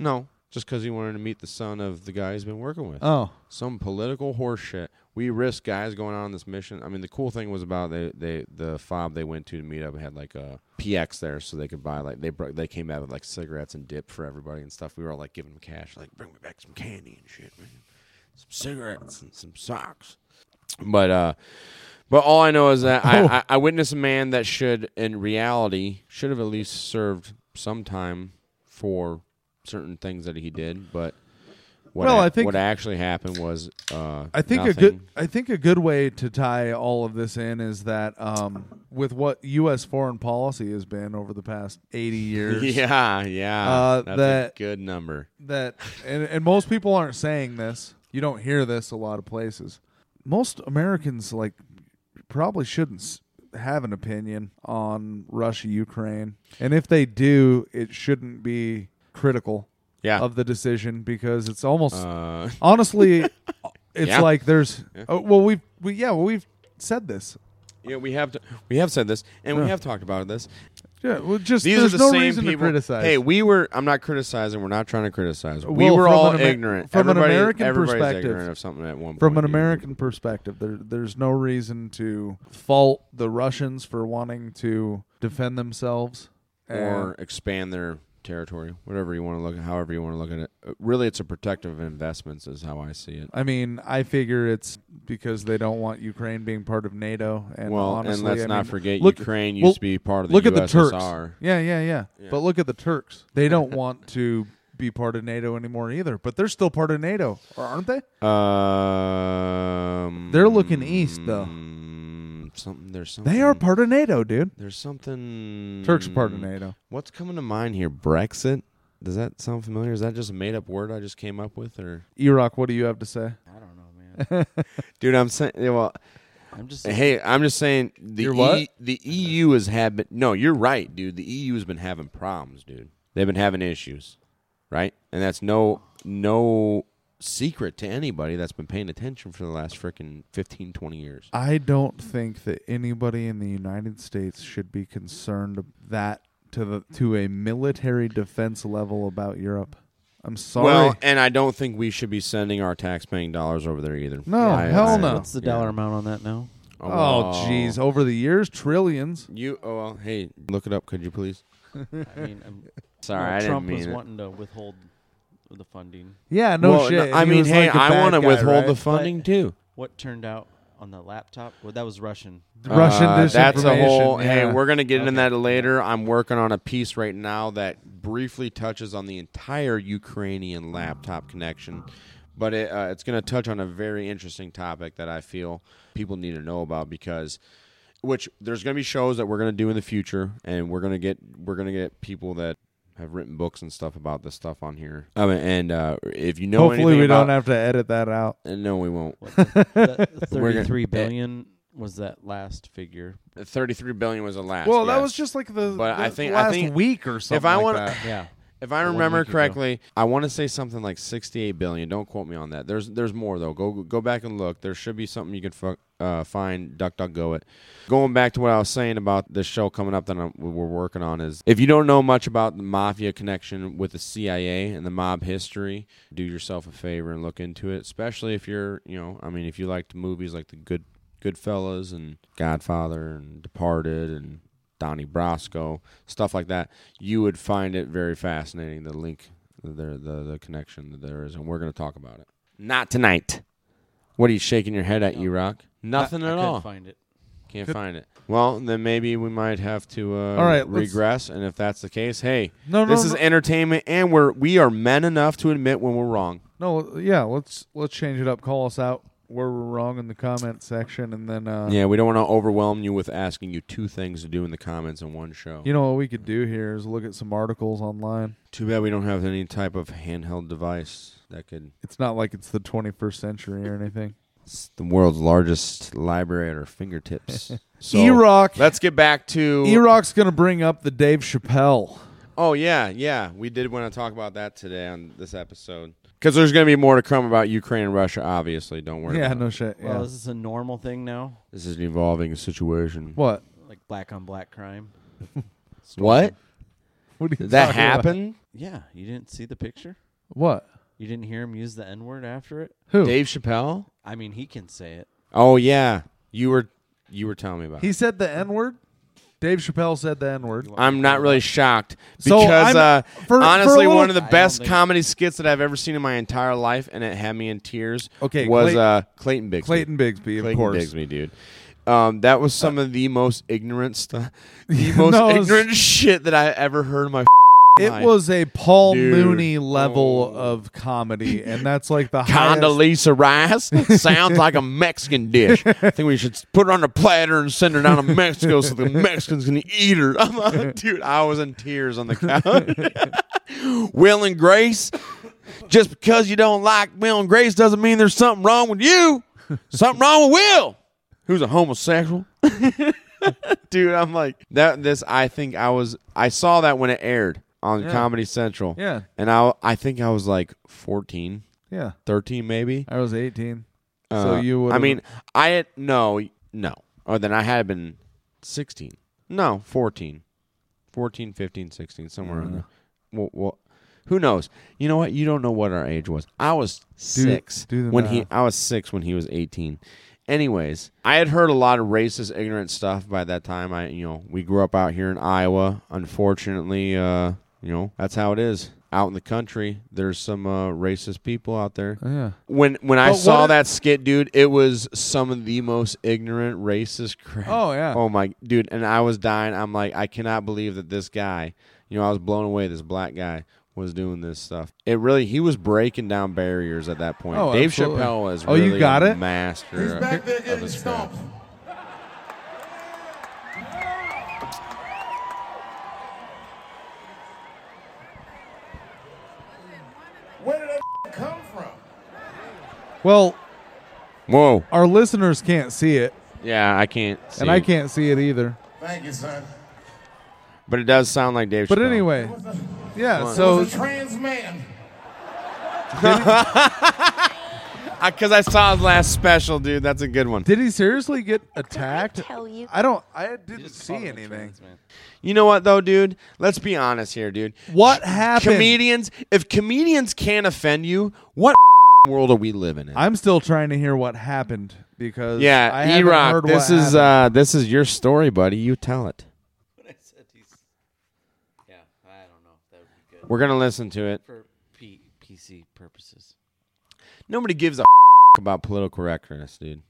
C: No, just because he wanted to meet the son of the guy he's been working with.
B: Oh,
C: Some political horse shit. We risk guys going out on this mission. I mean, the cool thing was about they, they the fob they went to to meet up had like a PX there, so they could buy like they brought they came out with like cigarettes and dip for everybody and stuff. We were all like giving them cash, like bring me back some candy and shit, man, some cigarettes and some socks. But uh, but all I know is that
B: Oh.
C: I, I, I witnessed a man that should, in reality, should have at least served some time for certain things that he did. But what
B: Well,
C: ac-
B: I think-
C: what actually happened was uh,
B: I think a
C: nothing.
B: good I think a good way to tie all of this in is that um, with what U.S. foreign policy has been over the past eighty years,
C: [laughs] Yeah, yeah,
B: Uh,
C: that's
B: that-
C: a good number.
B: that and, and most people aren't saying this. You don't hear this a lot of places. Most Americans like probably shouldn't s- have an opinion on Russia Ukraine, and if they do, it shouldn't be critical
C: Yeah.
B: of the decision because it's almost
C: uh, [laughs]
B: honestly it's
C: Yeah.
B: like there's oh, well we've we, yeah well we've said this
C: yeah, we have to, we have said this, and we have talked about this.
B: yeah well just
C: These
B: there's
C: are the
B: no
C: same
B: reason
C: people.
B: to criticize
C: Hey, we were. I'm not criticizing. We're not trying to criticize. we
B: Well,
C: were
B: from
C: all
B: an Amer-
C: ignorant.
B: from an
C: Everybody-
B: American
C: everybody's
B: perspective.
C: ignorant of something at one
B: from
C: point,
B: an
C: dude.
B: American perspective there there's no reason to fault the Russians for wanting to defend themselves
C: or
B: And-
C: expand their territory, whatever you want to look at, however you want to look at it. Uh, Really, it's a protective investments, is how I see it.
B: I mean, I figure it's because they don't want Ukraine being part of NATO. And
C: well,
B: honestly,
C: and let's
B: I
C: not
B: mean,
C: forget
B: look-
C: Ukraine used
B: well,
C: to be part of the
B: look at the Turks.
C: USSR.
B: Yeah, yeah, yeah, But look at the Turks.
C: [laughs]
B: They don't want to be part of NATO anymore either. But they're still part of NATO, or aren't they?
C: Um,
B: They're looking east, though.
C: mm, Something there's something
B: They are part of NATO, dude.
C: There's something
B: Turks are part of
C: Mm.
B: NATO.
C: What's coming to mind here? Brexit. Does that sound familiar? Is that just a made up word I just came up with, or
B: Iraq, what do you have to say?
C: dude? I'm saying. Well,
D: I'm just
C: Hey, I'm just saying the
B: You're what?
C: E- the EU E has had been, no, you're right, dude. The EU has been having problems, dude. They've been having issues. right? And that's no no secret to anybody that's been paying attention for the last freaking 15, 20 years.
B: I don't think that anybody in the United States should be concerned ab- that to the to a military defense level about Europe. I'm sorry.
C: Well, and I don't think we should be sending our taxpaying dollars over there either.
B: No,
D: Oh,
B: hell
C: I- uh,
B: no.
D: What's the dollar amount on that now?
B: oh jeez, over the years trillions.
C: You oh well, hey, look it up, could you please?
D: [laughs] I mean, I'm,
C: Sorry,
D: well,
C: I
D: Trump
C: didn't
D: was
C: mean it.
D: wanting to withhold the funding.
B: Yeah, no
C: Well,
B: shit.
C: I
B: He
C: mean,
B: was
C: hey,
B: like a
C: I
B: bad
C: want to
B: guy,
C: withhold the
B: right?
C: funding too.
D: What turned out on the laptop? Well, that was Russian.
B: Russian
C: Uh,
B: disinformation.
C: That's a whole. Hey,
B: yeah.
C: we're gonna get into that later. I'm working on a piece right now that briefly touches on the entire Ukrainian laptop connection, but it, uh, it's gonna touch on a very interesting topic that I feel people need to know about because, which there's gonna be shows that we're gonna do in the future, and we're gonna get we're gonna get people that have written books and stuff about this stuff on here. Um, and uh, if you know
B: Hopefully,
C: anything
B: we
C: about,
B: don't have to edit that out.
C: have. No, we won't.
D: That
C: We're gonna-
D: Thirty-three billion was that last figure.
C: Thirty-three billion was the last.
B: Well, that
C: yes.
B: was just like the,
C: But I
B: the
C: think- I
B: last
C: think-
B: week or something.
C: if I
B: like
C: want. [laughs]
B: that.
D: Yeah.
C: If I
D: Or one
C: remember
D: week ago.
C: correctly, I want to say something like 68 billion. Don't quote me on that. There's there's more though. Go go back and look. There should be something you can fu- uh, find. Duck duck go it. Going back to what I was saying about this show coming up that I'm, we're working on is if you don't know much about the mafia connection with the CIA and the mob history, do yourself a favor and look into it. Especially if you're you know I mean if you liked movies like the Good Goodfellas and Godfather and Departed and Donnie Brasco, stuff like that, you would find it very fascinating. The link, the the, the connection that there is, and we're going to talk about it. Not tonight. What are you shaking your head at, you rock? Nothing
D: I
C: at
D: couldn't
C: all.
D: Find it.
C: Can't find it. Well, then maybe we might have to uh,
B: All right, let's-
C: regress. And if that's the case, hey,
B: No,
C: this
B: no,
C: is
B: no.
C: entertainment, and we're we are men enough to admit when we're wrong.
B: No, yeah, let's let's change it up. Call us out where we're wrong in the comment section, and then uh,
C: Yeah, we don't want to overwhelm you with asking you two things to do in the comments in one show.
B: you know what we could do here is look at some articles online.
C: Too bad we don't have any type of handheld device that could
B: It's not like it's the 21st century or anything.
C: It's the world's largest library at our
B: [laughs]
C: fingertips. so,
B: E-Rock.
C: Let's get back to
B: E-Rock's gonna bring up the Dave Chappelle.
C: Oh yeah, yeah. We did want to talk about that today on this episode because there's going to be more to come about Ukraine and Russia. Obviously, don't worry.
B: Yeah,
C: about
B: no
C: it.
B: shit.
D: Well,
B: Yeah.
D: is this a normal thing now?
C: This is an evolving situation.
B: What?
D: Like black on black crime?
C: What?
B: What are you
C: Did that
B: talking
C: happen?
D: Yeah. You didn't see the picture?
B: about? What?
D: You didn't hear him use the N word after it?
B: Who?
C: Dave Chappelle?
D: I mean, he can say it.
C: Oh yeah, you were you were telling me about. it.
B: He said the N-word. Dave Chappelle said the N-word.
C: I'm not really shocked
B: So
C: because
B: I'm-
C: uh,
B: for- for a
C: honestly,
B: little-
C: one of the
D: I don't
C: best
D: think-
C: comedy skits that I've ever seen in my entire life, and it had me in tears.
B: Okay,
C: was
B: Clayton-
C: uh, Clayton Bixby.
B: Clayton Bigsby, of
C: Clayton
B: course.
C: Bigsby, dude. Um, that was some of the most ignorant stuff, [laughs] the most
B: [laughs] No, it was-
C: ignorant [laughs] shit that I ever heard in my.
B: It
C: life.
B: was a Paul
C: Dude. Oh.
B: Mooney level of comedy, and that's
C: [laughs]
B: like the highest.
C: Condoleezza Rice sounds like a Mexican dish. I think we should put her on a platter and send her down to Mexico so the Mexicans can eat her. [laughs] I'm like, dude, I was in tears on the couch. [laughs] Will and Grace, just because you don't like Will and Grace doesn't mean there's something wrong with you. Something wrong with Will, who's a homosexual. [laughs] dude, I'm like that. This, I think I was. I saw that when it aired on Comedy Central.
B: Yeah.
C: and I, I think I was like 14.
B: Yeah,
C: 13 maybe.
B: I was 18. so
C: Uh,
B: you would.
C: I mean, I had no no. Or then I had been 16. No, 14. 14, 15, 16, somewhere in there. Well, well, who knows? You know what? You don't know what our age was. I was 6
B: do the
C: when he
B: math.
C: I was 6 when he was 18. Anyways, I had heard a lot of racist ignorant stuff by that time. I you know, we grew up out here in Iowa. Unfortunately, uh, you know, that's how it is. Out in the country, there's some uh, racist people out there
B: yeah.
C: when when I
B: But what
C: saw
B: if-
C: that skit, dude, it was some of the most ignorant, racist crap.
B: Oh, yeah.
C: Oh my dude, and I was dying. I'm like, I cannot believe that this guy, you know, I was blown away. This black guy was doing this stuff. It really, he was breaking down barriers at that point.
B: Oh,
C: Dave
B: absolutely.
C: Chappelle was
B: Oh, you
C: really
B: got
C: a
B: it?
C: master.
A: He's back there
C: of
A: getting
C: his craft.
A: stomped. Where did that come from?
B: Well,
C: Whoa,
B: our listeners can't see it,
C: yeah, I can't, see
B: and I
C: it.
B: can't see it either.
A: Thank you, son.
C: but it does sound like Dave.
B: But
C: Chappelle.
B: anyway,
A: What's the-
B: Yeah, so
A: trans man.
C: Because I saw his last special, dude. That's a good one.
B: did he seriously get attacked?
E: tell you.
B: I don't. I didn't
D: Just call
B: see
D: him a
B: anything.
D: trans man.
C: You know what, though, dude? Let's be honest here, dude.
B: What happened?
C: Comedians, if comedians can't offend you, what [laughs] world are we living in?
B: I'm still trying to hear what happened because I
C: yeah,
B: haven't
C: E Rock,
B: heard
C: this
B: what
C: is
B: happened.
C: uh, this is your story, buddy. You tell it.
D: But [laughs] I said he's. Yeah, I don't know. That would be good
C: We're gonna listen to it.
D: for P- PC purposes.
C: Nobody gives a [laughs] about political correctness, dude.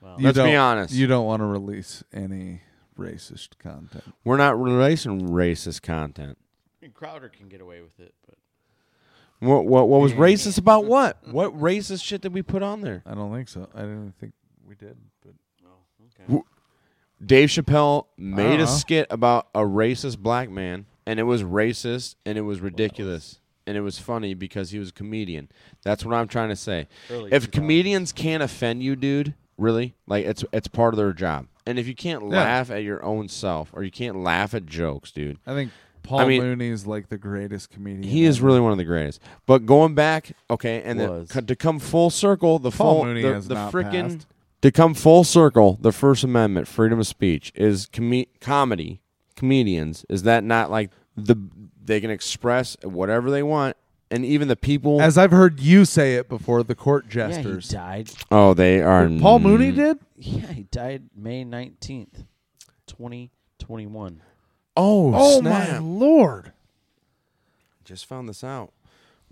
D: Well,
B: You
C: let's be
B: don't-
C: honest.
B: You don't want to release any racist content.
C: We're not releasing racist content.
D: I mean, Crowder can get away with it, but
C: What what what was racist about what? What racist shit did we put on there?
B: I don't think so. I didn't think we did. But
C: Dave Chappelle made
B: know.
C: a skit about a racist black man, and it was racist and it was ridiculous. And it was funny because he was a comedian. That's what I'm trying to say.
D: Early
C: if
D: 2000s.
C: comedians can't offend you, dude, really, like it's it's part of their job. And if you can't laugh at your own self or you can't laugh at jokes, dude,
B: I think Paul
C: I mean-
B: Mooney is like the greatest comedian.
C: he is
B: ever.
C: really one of the greatest. But going back, okay, and then
D: Was.
C: co- to come full circle, the
B: Paul
C: full
B: Mooney
C: the,
B: has
C: the
B: not
C: frickin'
B: passed.
C: to come full circle, the First Amendment, freedom of speech is com- comedy. Comedians is that not like the they can express whatever they want, and even the people.
B: As I've heard you say it before, the court
D: yeah, he
B: jesters.
D: died. [laughs]
C: oh, they are
B: Paul Mooney did.
D: Yeah, he died May nineteenth, twenty twenty one.
C: Oh,
B: Oh my
C: snap.
B: lord!
C: Just found this out.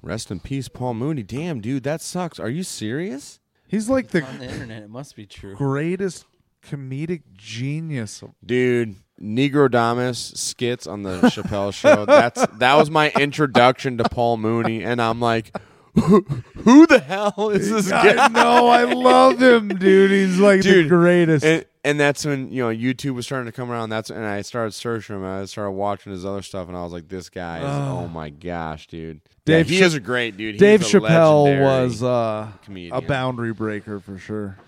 C: Rest in peace, Paul Mooney. Damn, dude, that sucks. Are you serious?
B: He's like the
D: On the internet, it must be true.
B: greatest comedic genius. of-
C: Dude, Negro Damas skits on the [laughs] Chappelle show. That's that was my introduction to Paul Mooney, and I'm like, who, who the hell
B: [laughs]
C: is this
B: I
C: guy?
B: know. I love
C: [laughs]
B: him, dude. He's like
C: Dude,
B: the greatest.
C: And, and that's when you know YouTube was starting to come around. That's and I started searching him. I started watching his other stuff, and I was like, "This guy is oh my gosh, dude!
B: Dave
C: yeah, he
B: Cha-
C: is a great dude. He's
B: Dave
C: a
B: Chappelle
C: legendary-
B: was uh, a
C: comedian.
B: boundary breaker for sure.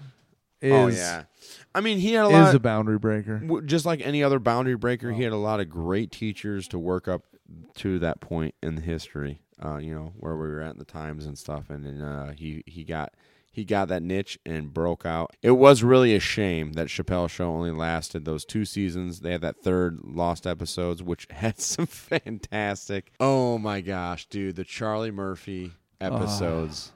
B: Is,
C: oh yeah, I mean he had a lot.
B: is a boundary breaker.
C: w- just like any other boundary breaker, he had a lot of great teachers to work up to that point in history. Uh, you know where we were at in the times and stuff, and then uh, he he got he got that niche and broke out. It was really a shame that Chappelle Show only lasted those two seasons. They had that third lost episodes, which [laughs] had some fantastic. Oh my gosh, dude, the Charlie Murphy episodes,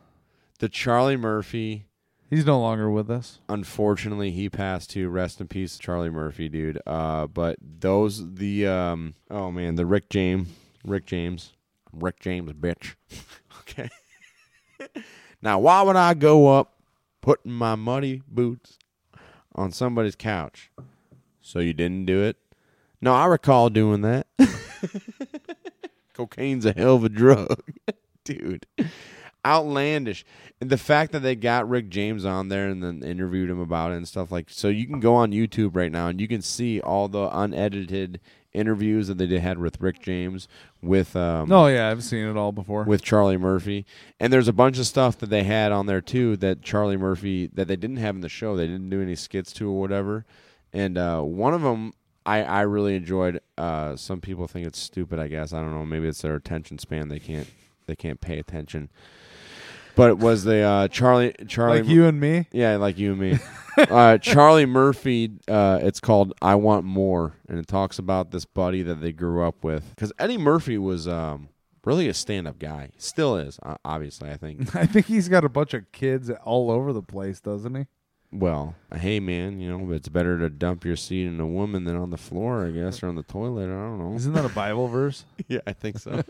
C: the Charlie Murphy
B: He's no longer with us.
C: unfortunately he passed to rest in peace charlie murphy dude uh but those the um oh man the rick james rick james rick james bitch okay [laughs] now why would i go up putting my muddy boots on somebody's couch so you didn't do it no i recall doing that [laughs] cocaine's a hell of a drug [laughs] dude outlandish. And the fact that they got Rick James on there and then interviewed him about it and stuff like so you can go on YouTube right now and you can see all the unedited interviews that they had with Rick James with um
B: No, yeah, I've seen it all before.
C: with Charlie Murphy. And there's a bunch of stuff that they had on there too that Charlie Murphy that they didn't have in the show. They didn't do any skits to or whatever. And uh, one of them I, I really enjoyed. Uh, some people think it's stupid. I guess I don't know. Maybe it's their attention span. They can't they can't pay attention. But it was the uh, Charlie Charlie
B: like you and me. [laughs]
C: yeah, like you and me. uh, Charlie Murphy, uh, it's called I Want More, and it talks about this buddy that they grew up with. Because Eddie Murphy was um, really a stand up guy. Still is, o- obviously, I
B: [laughs]
C: think.
B: I think he's got a bunch of kids all over the place, doesn't he?
C: well, hey, man, you know, it's better to dump your seed in a woman than on the floor, I guess, or on the toilet. I don't know.
B: Isn't that a Bible verse?
C: [laughs] yeah, I think
B: [laughs]
C: so.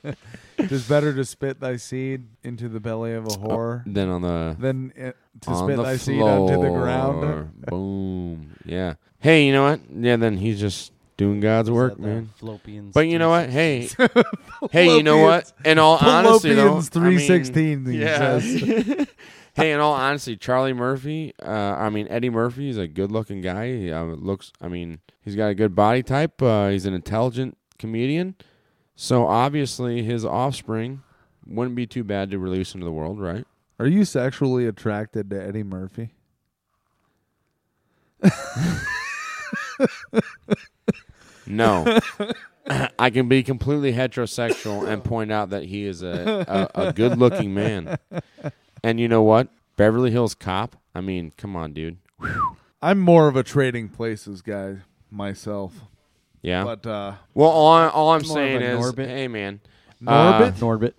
B: It's better to spit thy seed into the belly
C: [laughs]
B: of a whore
C: then on the.
B: than it, to
C: on
B: spit
C: the
B: thy seed
C: floor.
B: onto the ground.
C: Boom. Yeah. Hey, you know what? Yeah, then he's just doing God's work,
D: That
C: man.
D: Fallopian
C: But you know what?
D: station.
C: Hey, hey, you know what? In all honesty, though,
B: Philippians
C: I mean,
B: 3:16, he
C: yeah.
B: [laughs] says.
C: [laughs] hey, in all honesty, Charlie Murphy. Uh, I mean, Eddie Murphy is a good-looking guy. He uh, looks. I mean, he's got a good body type. Uh, he's an intelligent comedian. So obviously, his offspring wouldn't be too bad to release into the world, right?
B: Are you sexually attracted to Eddie Murphy?
C: No, [clears throat] I can be completely heterosexual and point out that he is a, a, a good looking man. And you know what? Beverly Hills Cop. I mean, come on, dude.
B: I'm more of a trading places guy myself,
C: Yeah.
B: but uh,
C: well, all, I- all I'm
D: More of
C: saying
D: a
C: is,
D: Norbit.
C: hey, man.
B: Norbit?
C: uh,
D: Norbit.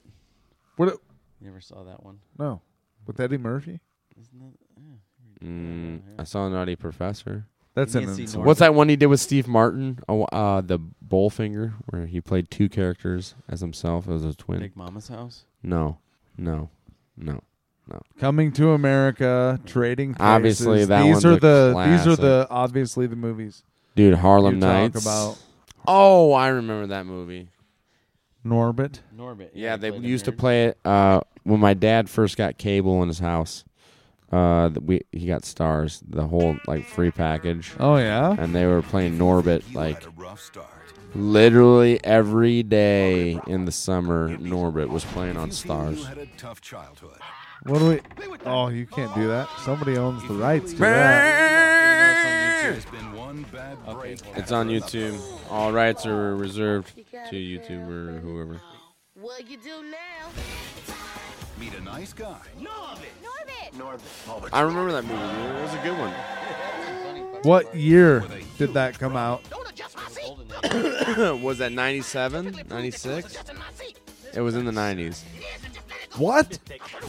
B: what?
D: You ever saw that one?
B: No, with Eddie Murphy.
C: mm, I saw Naughty Professor.
B: That's
D: You need
B: an
D: to see
B: insult.
D: Norbit.
C: What's that one he did with Steve Martin? Oh, uh, the Bullfinger, where he played two characters as himself as a twin.
D: Big Mama's House.
C: No, no, no.
B: Coming to America, trading. Places.
C: Obviously, that
B: these
C: one's
B: are
C: a
B: the these are
C: classic.
B: the obviously the movies
C: Dude, Harlem
B: you
C: Nights.
B: talk about.
C: Oh, I remember that movie.
B: Norbit.
D: Norbit.
C: Yeah,
D: he
C: they
D: played a
C: used to
D: nerd.
C: play it uh, when my dad first got cable in his house. Uh, th- we he got stars, the whole like free package,
B: Oh yeah.
C: and they were playing Norbit like literally every day in the summer. Norbit was playing on stars.
B: What do we? Oh, you can't do that. Somebody owns the rights to that.
C: It's on YouTube. All rights are reserved to YouTube or whoever.
E: What you do now?
C: I remember that movie. It was a good one.
B: What year did that come out?
C: [coughs]
B: [laughs]
C: was that 97 96 it was in the 90s
B: What?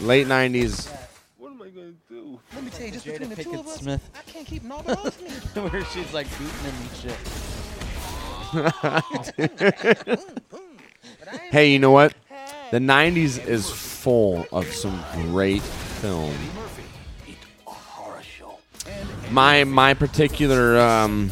C: late 90s
D: Jada Pickett Smith. I can't keep Norbit off me. [laughs] Where she's like booting him and shit.
C: hey you know what the 90s is full of some great film my my particular um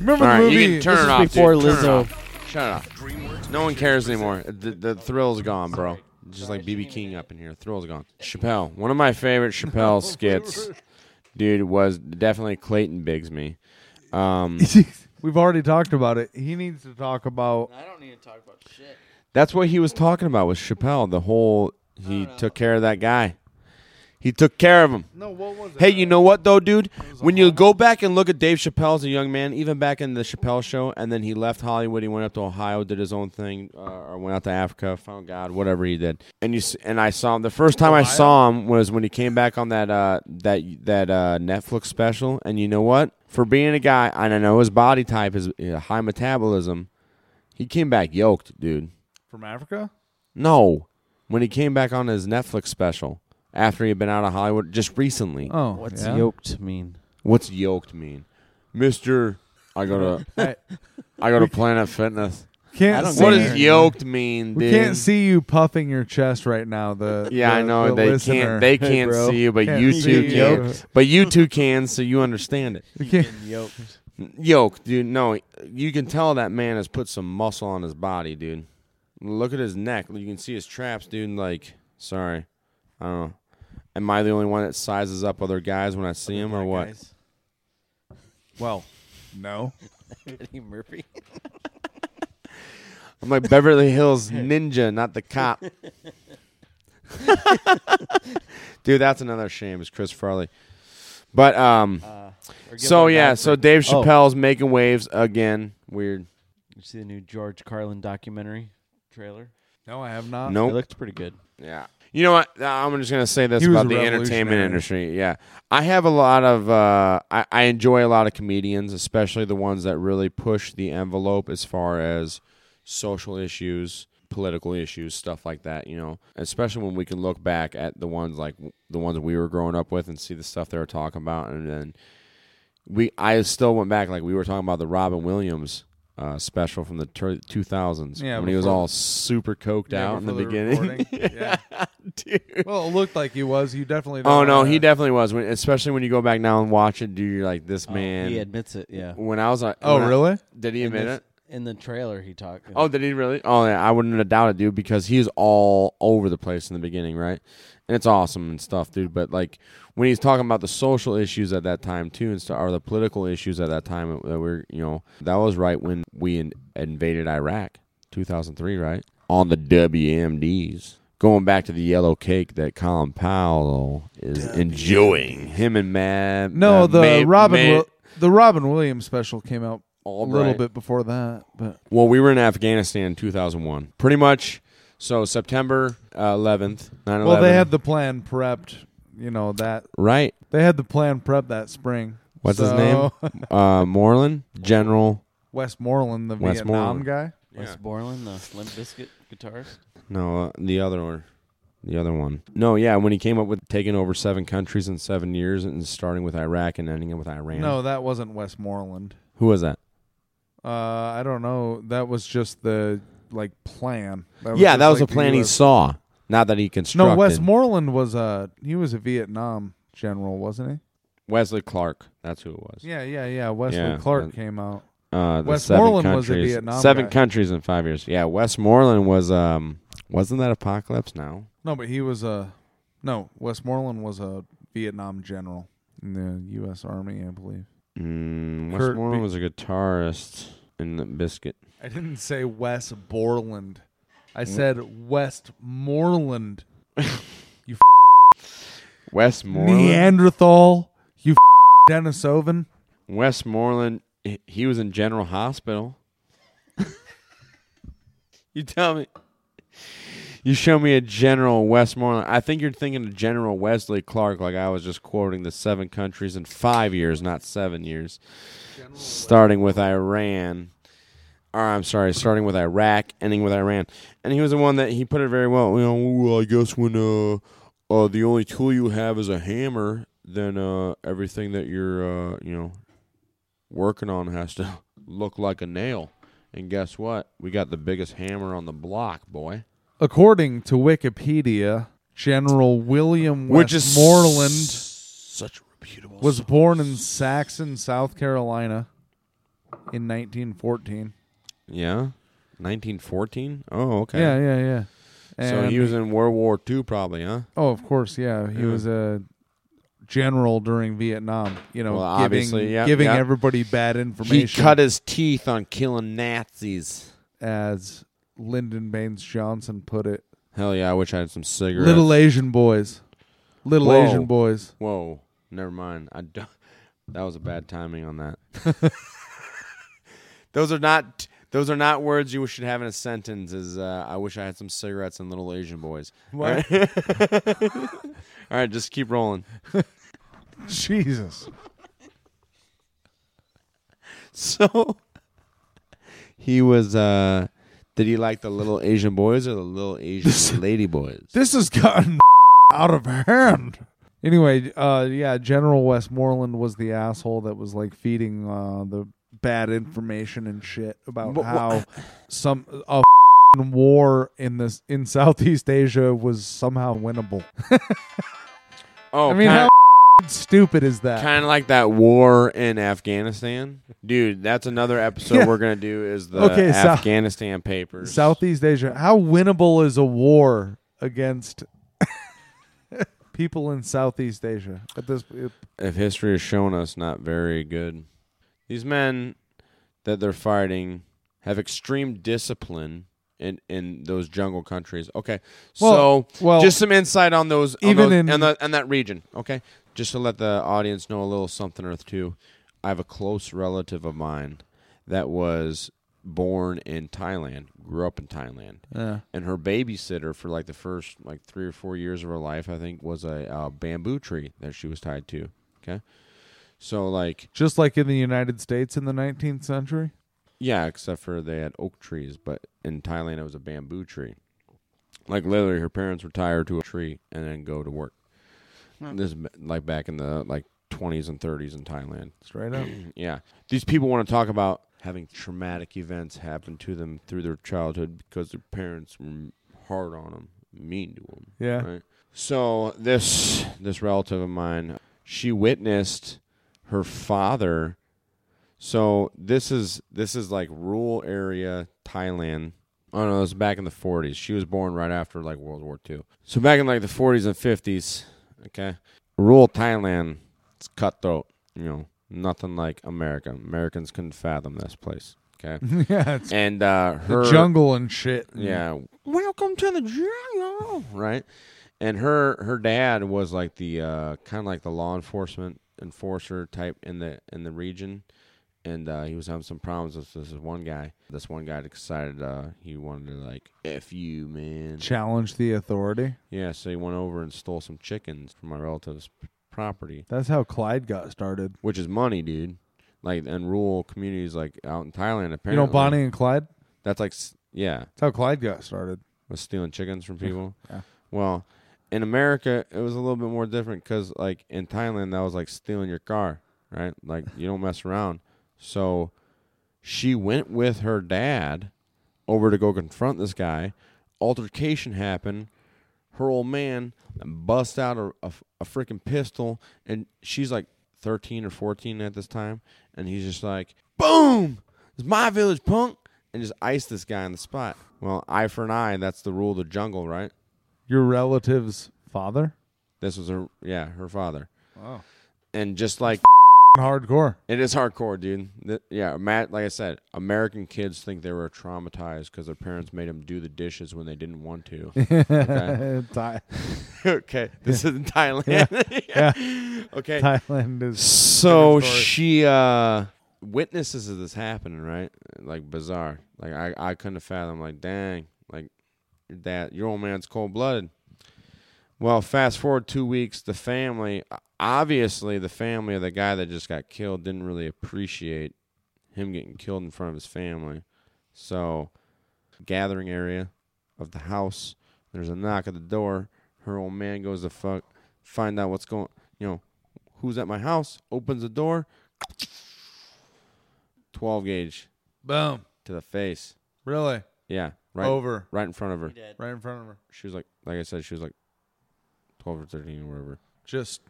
B: Remember
C: all right
B: the
C: you
B: movie?
C: can turn it
B: this is
C: off
B: before
C: dude. Turn it
B: Lizzo.
C: off. shut up no one cares anymore the, the thrill's gone bro just like bb king up in here thrill's gone chappelle one of my favorite chappelle
B: [laughs]
C: skits dude was definitely clayton bigsby um
B: We've already talked about it. He needs to talk about.
D: I don't need to talk about shit.
C: That's what he was talking about with Chappelle. The whole he took care of that guy. He took care of him.
B: No, what was
C: Hey, you know what though, dude? When you go back and look at Dave Chappelle as a young man, even back in the Chappelle show, and then he left Hollywood, he went up to Ohio, did his own thing, uh, or went out to Africa, found God, whatever he did. And you s- and I saw him. The first time I saw him was when he came back on that uh, that that uh, Netflix special. And you know what? For being a guy, and I know his body type is uh, high metabolism. He came back yoked, dude.
B: From Africa?
C: No, when he came back on his Netflix special after he had been out of Hollywood just recently.
B: Oh,
D: What's
B: yeah.
D: yoked mean?
C: What's yoked mean, Mister? I go to I go to Planet Fitness.
B: Can't
D: I don't
B: see
C: What
D: know.
B: you.
C: does yoked mean, dude?
B: We can't see you puffing your chest right now. The
C: Yeah, I
B: the-
C: know
B: the
C: they
B: listener.
C: can't. They
B: Hey,
C: can't
B: bro.
C: see you, but
B: Can't
C: you
B: see
C: two
B: you.
C: can. But you two can, so you understand it.
B: We can't-
D: Yoked.
C: Yoked, dude. No, you can tell that man has put some muscle on his body, dude. Look at his neck. You can see his traps, dude. Like, sorry, I don't know. Am I the only one that sizes up other guys when I see him, or what?
D: Guys.
B: Well, no.
D: [laughs] Eddie Murphy.
C: I'm like Beverly
D: [laughs]
C: Hills Ninja, not the cop. Dude, that's another shame is Chris Farley. But um,
D: Uh, Or
C: so
D: Gilbert
C: yeah,
D: Godfrey.
C: so Dave
D: Oh.
C: Chappelle's making waves again. Weird.
D: You see the new George Carlin documentary trailer?
B: No, I have not.
D: It
C: Nope.
D: looked pretty good.
C: Yeah. You know what? Uh, I'm just gonna say this
B: He was
C: about
B: a
C: the entertainment
B: revolutionary.
C: industry. Yeah, I have a lot of. Uh, I, I enjoy a lot of comedians, especially the ones that really push the envelope as far as social issues, political issues, stuff like that. You know, especially when we can look back at the ones like the ones we were growing up with and see the stuff they were talking about, and then we. I still went back like we were talking about the Robin Williams. Uh, special from the tur 2000s
B: Yeah,
C: when he was
B: before-
C: all super coked
B: Yeah,
C: out in the
B: before
C: [laughs] beginning.
B: recording. yeah. [laughs]
C: Dude.
B: Well, it looked like he was. You definitely. Don't
C: Oh no,
D: Uh,
B: wanna-
C: he definitely was. When, especially when you go back now and watch it, dude, you're like, this man.
D: Oh, He admits it, yeah.
C: when I was like,
B: Oh,
C: when I-
B: really?
C: did he
D: In,
C: admit
D: this-
C: it?
D: in the trailer, he uh, talked.
C: Oh, did he really? Oh yeah, I wouldn't have doubted, dude, because he's all over the place in the beginning, right? And it's awesome and stuff, dude. But like when he's talking about the social issues at that time too, and stuff, or the political issues at that time, uh, that we're you know that was right when we in, invaded Iraq, 2003, right? On the WMDs. Going back to the yellow cake that Colin Powell is enjoying, him and Mad.
B: No,
C: uh,
B: the
C: Ma-
B: Robin.
C: Ma-
B: Wil- the Robin Williams special came out a
C: Albright.
B: little bit before that, but
C: Well, we were in Afghanistan in 2001. Pretty much. So September uh, 11th, 9
B: well, they had the plan prepped. You know that
C: Right.
B: they had the plan prepped that spring.
C: What's his
B: So- [laughs]
C: name? Uh, Moreland? General.
B: Westmoreland, the
C: Westmoreland.
B: Vietnam guy.
D: Westmoreland, the Limp Biscuit guitarist.
C: No, uh, the other one. The other one. No, yeah, when he came up with taking over seven countries in seven years and starting with Iraq and ending it with Iran.
B: No, that wasn't Westmoreland.
C: Who was that?
B: Uh, I don't know. That was just the like plan.
C: yeah,
B: just,
C: that was
B: like,
C: a
B: the
C: plan he
B: US
C: saw. Not that he constructed.
B: No, Westmoreland was a he was a Vietnam general, wasn't
C: Wesley Clark. That's who it was.
B: he? Yeah, yeah, yeah. Wesley
C: Yeah,
B: Clark
C: that-
B: came out.
C: Uh, the
B: Westmoreland
C: seven
B: was a
C: countries,
B: Vietnam
C: Seven
B: guy.
C: countries in five years. Yeah, Westmoreland was. Um, wasn't that Apocalypse Now?
B: No, but he was a no. Westmoreland was a Vietnam general in the U.S. Army, I believe.
C: Mm,
B: Kurt
C: Westmoreland
B: Be-
C: was a guitarist in the Biscuit.
B: I didn't say Westmoreland. I
C: Mm.
B: said Westmoreland.
C: Westmoreland.
B: Neanderthal. You Denisovan.
C: Westmoreland. h- He was in General Hospital. [laughs] you tell me. You show me a General Westmoreland. I think you're thinking of General Wesley Clark, like I was just quoting the seven countries in five years, not seven years. starting with Iran. Or I'm sorry, starting with Iraq, ending with Iran. And he was the one that he put it very well. You know, well, I guess when uh, uh, the only tool you have is a hammer, then uh, everything that you're uh, you know working on [laughs] has to look like a nail. And guess what? We got the biggest hammer on the block, boy.
B: According to Wikipedia, General William
C: Which is
B: Westmoreland
C: Such a reputable.
B: was born in Saxon, South Carolina in 1914.
C: yeah, 1914. Oh, okay.
B: Yeah, yeah, yeah.
C: So
B: And-
C: he was in World War II, probably, huh?
B: Oh, of course, yeah. He
C: Yeah.
B: was a general during Vietnam, you know,
C: Well, obviously,
B: giving,
C: yeah,
B: giving
C: yeah.
B: everybody bad
C: He
B: information.
C: cut his teeth on killing Nazis.
B: as Lyndon Baines Johnson put it.
C: Hell yeah, I wish I had some cigarettes.
B: Little Asian boys. Little
C: Whoa. [laughs]
B: Asian boys.
C: Whoa, never mind. I don't, [laughs] that was a bad timing on that. [laughs] those are not those are not words you should have in a sentence. Is uh, I wish I had some cigarettes and little Asian boys. All right, [laughs] All right just keep rolling.
B: [laughs] Jesus.
C: So he was. uh Did he like the little Asian boys or the little [laughs] Asian lady boys?
B: This has gotten [laughs] out of hand. Anyway, uh, yeah, General Westmoreland was the asshole that was like feeding uh, the bad information and shit about
C: But wha- [laughs]
B: how some a [laughs] war in this in Southeast Asia was somehow winnable.
C: Oh,
B: I mean,
C: kinda-
B: how [laughs] stupid is that?
C: kind of like that war in Afghanistan, dude. That's another episode
B: Yeah.
C: we're gonna do is the
B: [laughs] Okay, Sou-
C: Afghanistan papers.
B: Southeast Asia. How winnable is a war against [laughs] people in Southeast Asia at this?
C: if history has shown us, not very good. These men that they're fighting have extreme discipline in in those jungle countries. Okay,
B: Well-
C: so
B: well,
C: just some insight on those, on
B: even
C: those-
B: in-
C: and, the, and that region. Okay, just to let the audience know a little something. Earth too. I have a close relative of mine that was born in Thailand, grew up in Thailand,
B: Yeah.
C: and her babysitter for like the first like three or four years of her life, I think, was a uh, bamboo tree that she was tied to. Okay, so like
B: Just like in the United States in the 19th century.
C: yeah, except for they had oak trees, but in Thailand it was a bamboo tree. Like literally, her parents would tie her to a tree and then go to work. This is ba- like back in the like 20s and 30s in Thailand.
B: Straight up.
C: [clears throat] yeah. These people want to talk about having traumatic events happen to them through their childhood because their parents were hard on them, mean to them.
B: Yeah.
C: Right? So this this relative of mine, she witnessed her father. So this is this is like rural area Thailand. Oh no, this is back in the 40s. She was born right after like World War II. So back in like the 40s and 50s, okay, rural Thailand, it's cutthroat. You know, nothing like America. Americans couldn't fathom this place.
B: [laughs]
C: Okay,
B: yeah, it's
C: and uh, her
B: the jungle and shit.
C: yeah. Welcome to the jungle. Right. And her her dad was like the uh, kind of like the law enforcement enforcer type in the in the region, and uh, he was having some problems with this one guy. This one guy decided uh, he wanted to like f you, man.
B: Challenge the authority.
C: Yeah, so he went over and stole some chickens from my relative's p- property,
B: That's how Clyde got started.
C: which is money, dude. Like in rural communities, like out in Thailand, apparently.
B: You know Bonnie and Clyde?
C: That's like, s- yeah,
B: That's how Clyde got started.
C: was stealing chickens from people.
B: Yeah.
C: Well, in America, it was a little bit more different because, like, in Thailand, that was like stealing your car, right? Like, you don't mess around. So she went with her dad over to go confront this guy. Altercation happened. Her old man bust out a, a, a freaking pistol, and she's like 13 or 14 at this time. And he's just like, boom, it's my village, punk. And just iced this guy on the spot. Well, eye for an eye, that's the rule of the jungle, right?
B: Your relative's father?
C: This was her, yeah, her father. Wow. And just like
B: Hardcore.
C: it is hardcore, dude. Th- yeah, Matt. Like I said, American kids think they were traumatized because their parents made them do the dishes when they didn't want
B: [laughs]
C: to. Okay, [laughs]
B: Thai-
C: okay. this is in [laughs] Thailand.
B: yeah.
C: Okay,
B: Thailand is
C: so
B: story.
C: she uh witnesses of this happening, right? Like bizarre. Like I, I couldn't fathom. Like dang, like your dad, your old man's cold blooded. Well, fast forward two weeks, the family, obviously, the family of the guy that just got killed didn't really appreciate him getting killed in front of his family. So, gathering area of the house, there's a knock at the door. Her old man goes to fuck, find out what's going, you know, who's at my house, opens the door, 12 gauge
B: boom.
C: to the face.
B: Really?
C: Yeah, right
B: Over.
C: right in front of her.
B: Right in front of her.
C: She was like like I said she was like 12 or 13 or whatever.
B: Just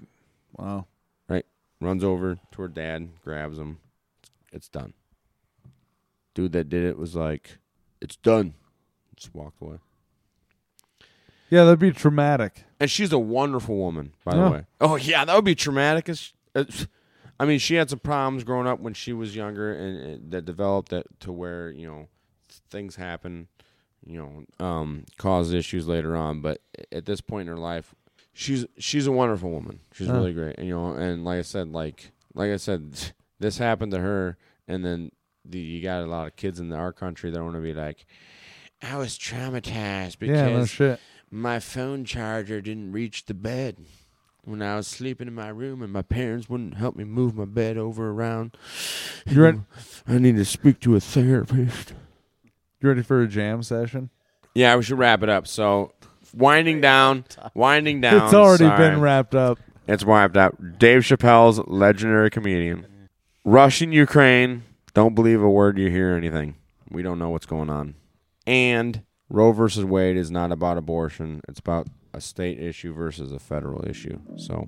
B: wow.
C: right? Runs over to her dad, grabs him. It's done. Dude that did it was like, "It's done." Just walked away.
B: Yeah, that'd be traumatic.
C: And she's a wonderful woman, by
B: Yeah.
C: the way. Oh yeah, that would be traumatic. As, as- I mean, she had some problems growing up when she was younger, and, and that developed that to where you know things happen, you know, um, cause issues later on. But at this point in her life, she's she's a wonderful woman. She's really great, and you know, and like I said, like like I said, [laughs] this happened to her, and then the, you got a lot of kids in our country that want to be like. I was traumatized because
B: Yeah, no shit.
C: my phone charger didn't reach the bed when I was sleeping in my room, and my parents wouldn't help me move my bed over around.
B: You ready
C: I need to speak to a therapist.
B: you ready for a jam session?
C: Yeah, we should wrap it up. So, winding
B: [laughs]
C: down, winding down.
B: it's already
C: sorry.
B: been wrapped up.
C: It's wiped out. Dave Chappelle's legendary comedian. Russian Ukraine. Don't believe a word you hear or anything. We don't know what's going on. And Roe versus Wade is not about abortion. It's about a state issue versus a federal issue. So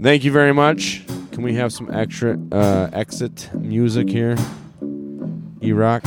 C: thank you very much. Can we have some extra uh, exit music here? E rock.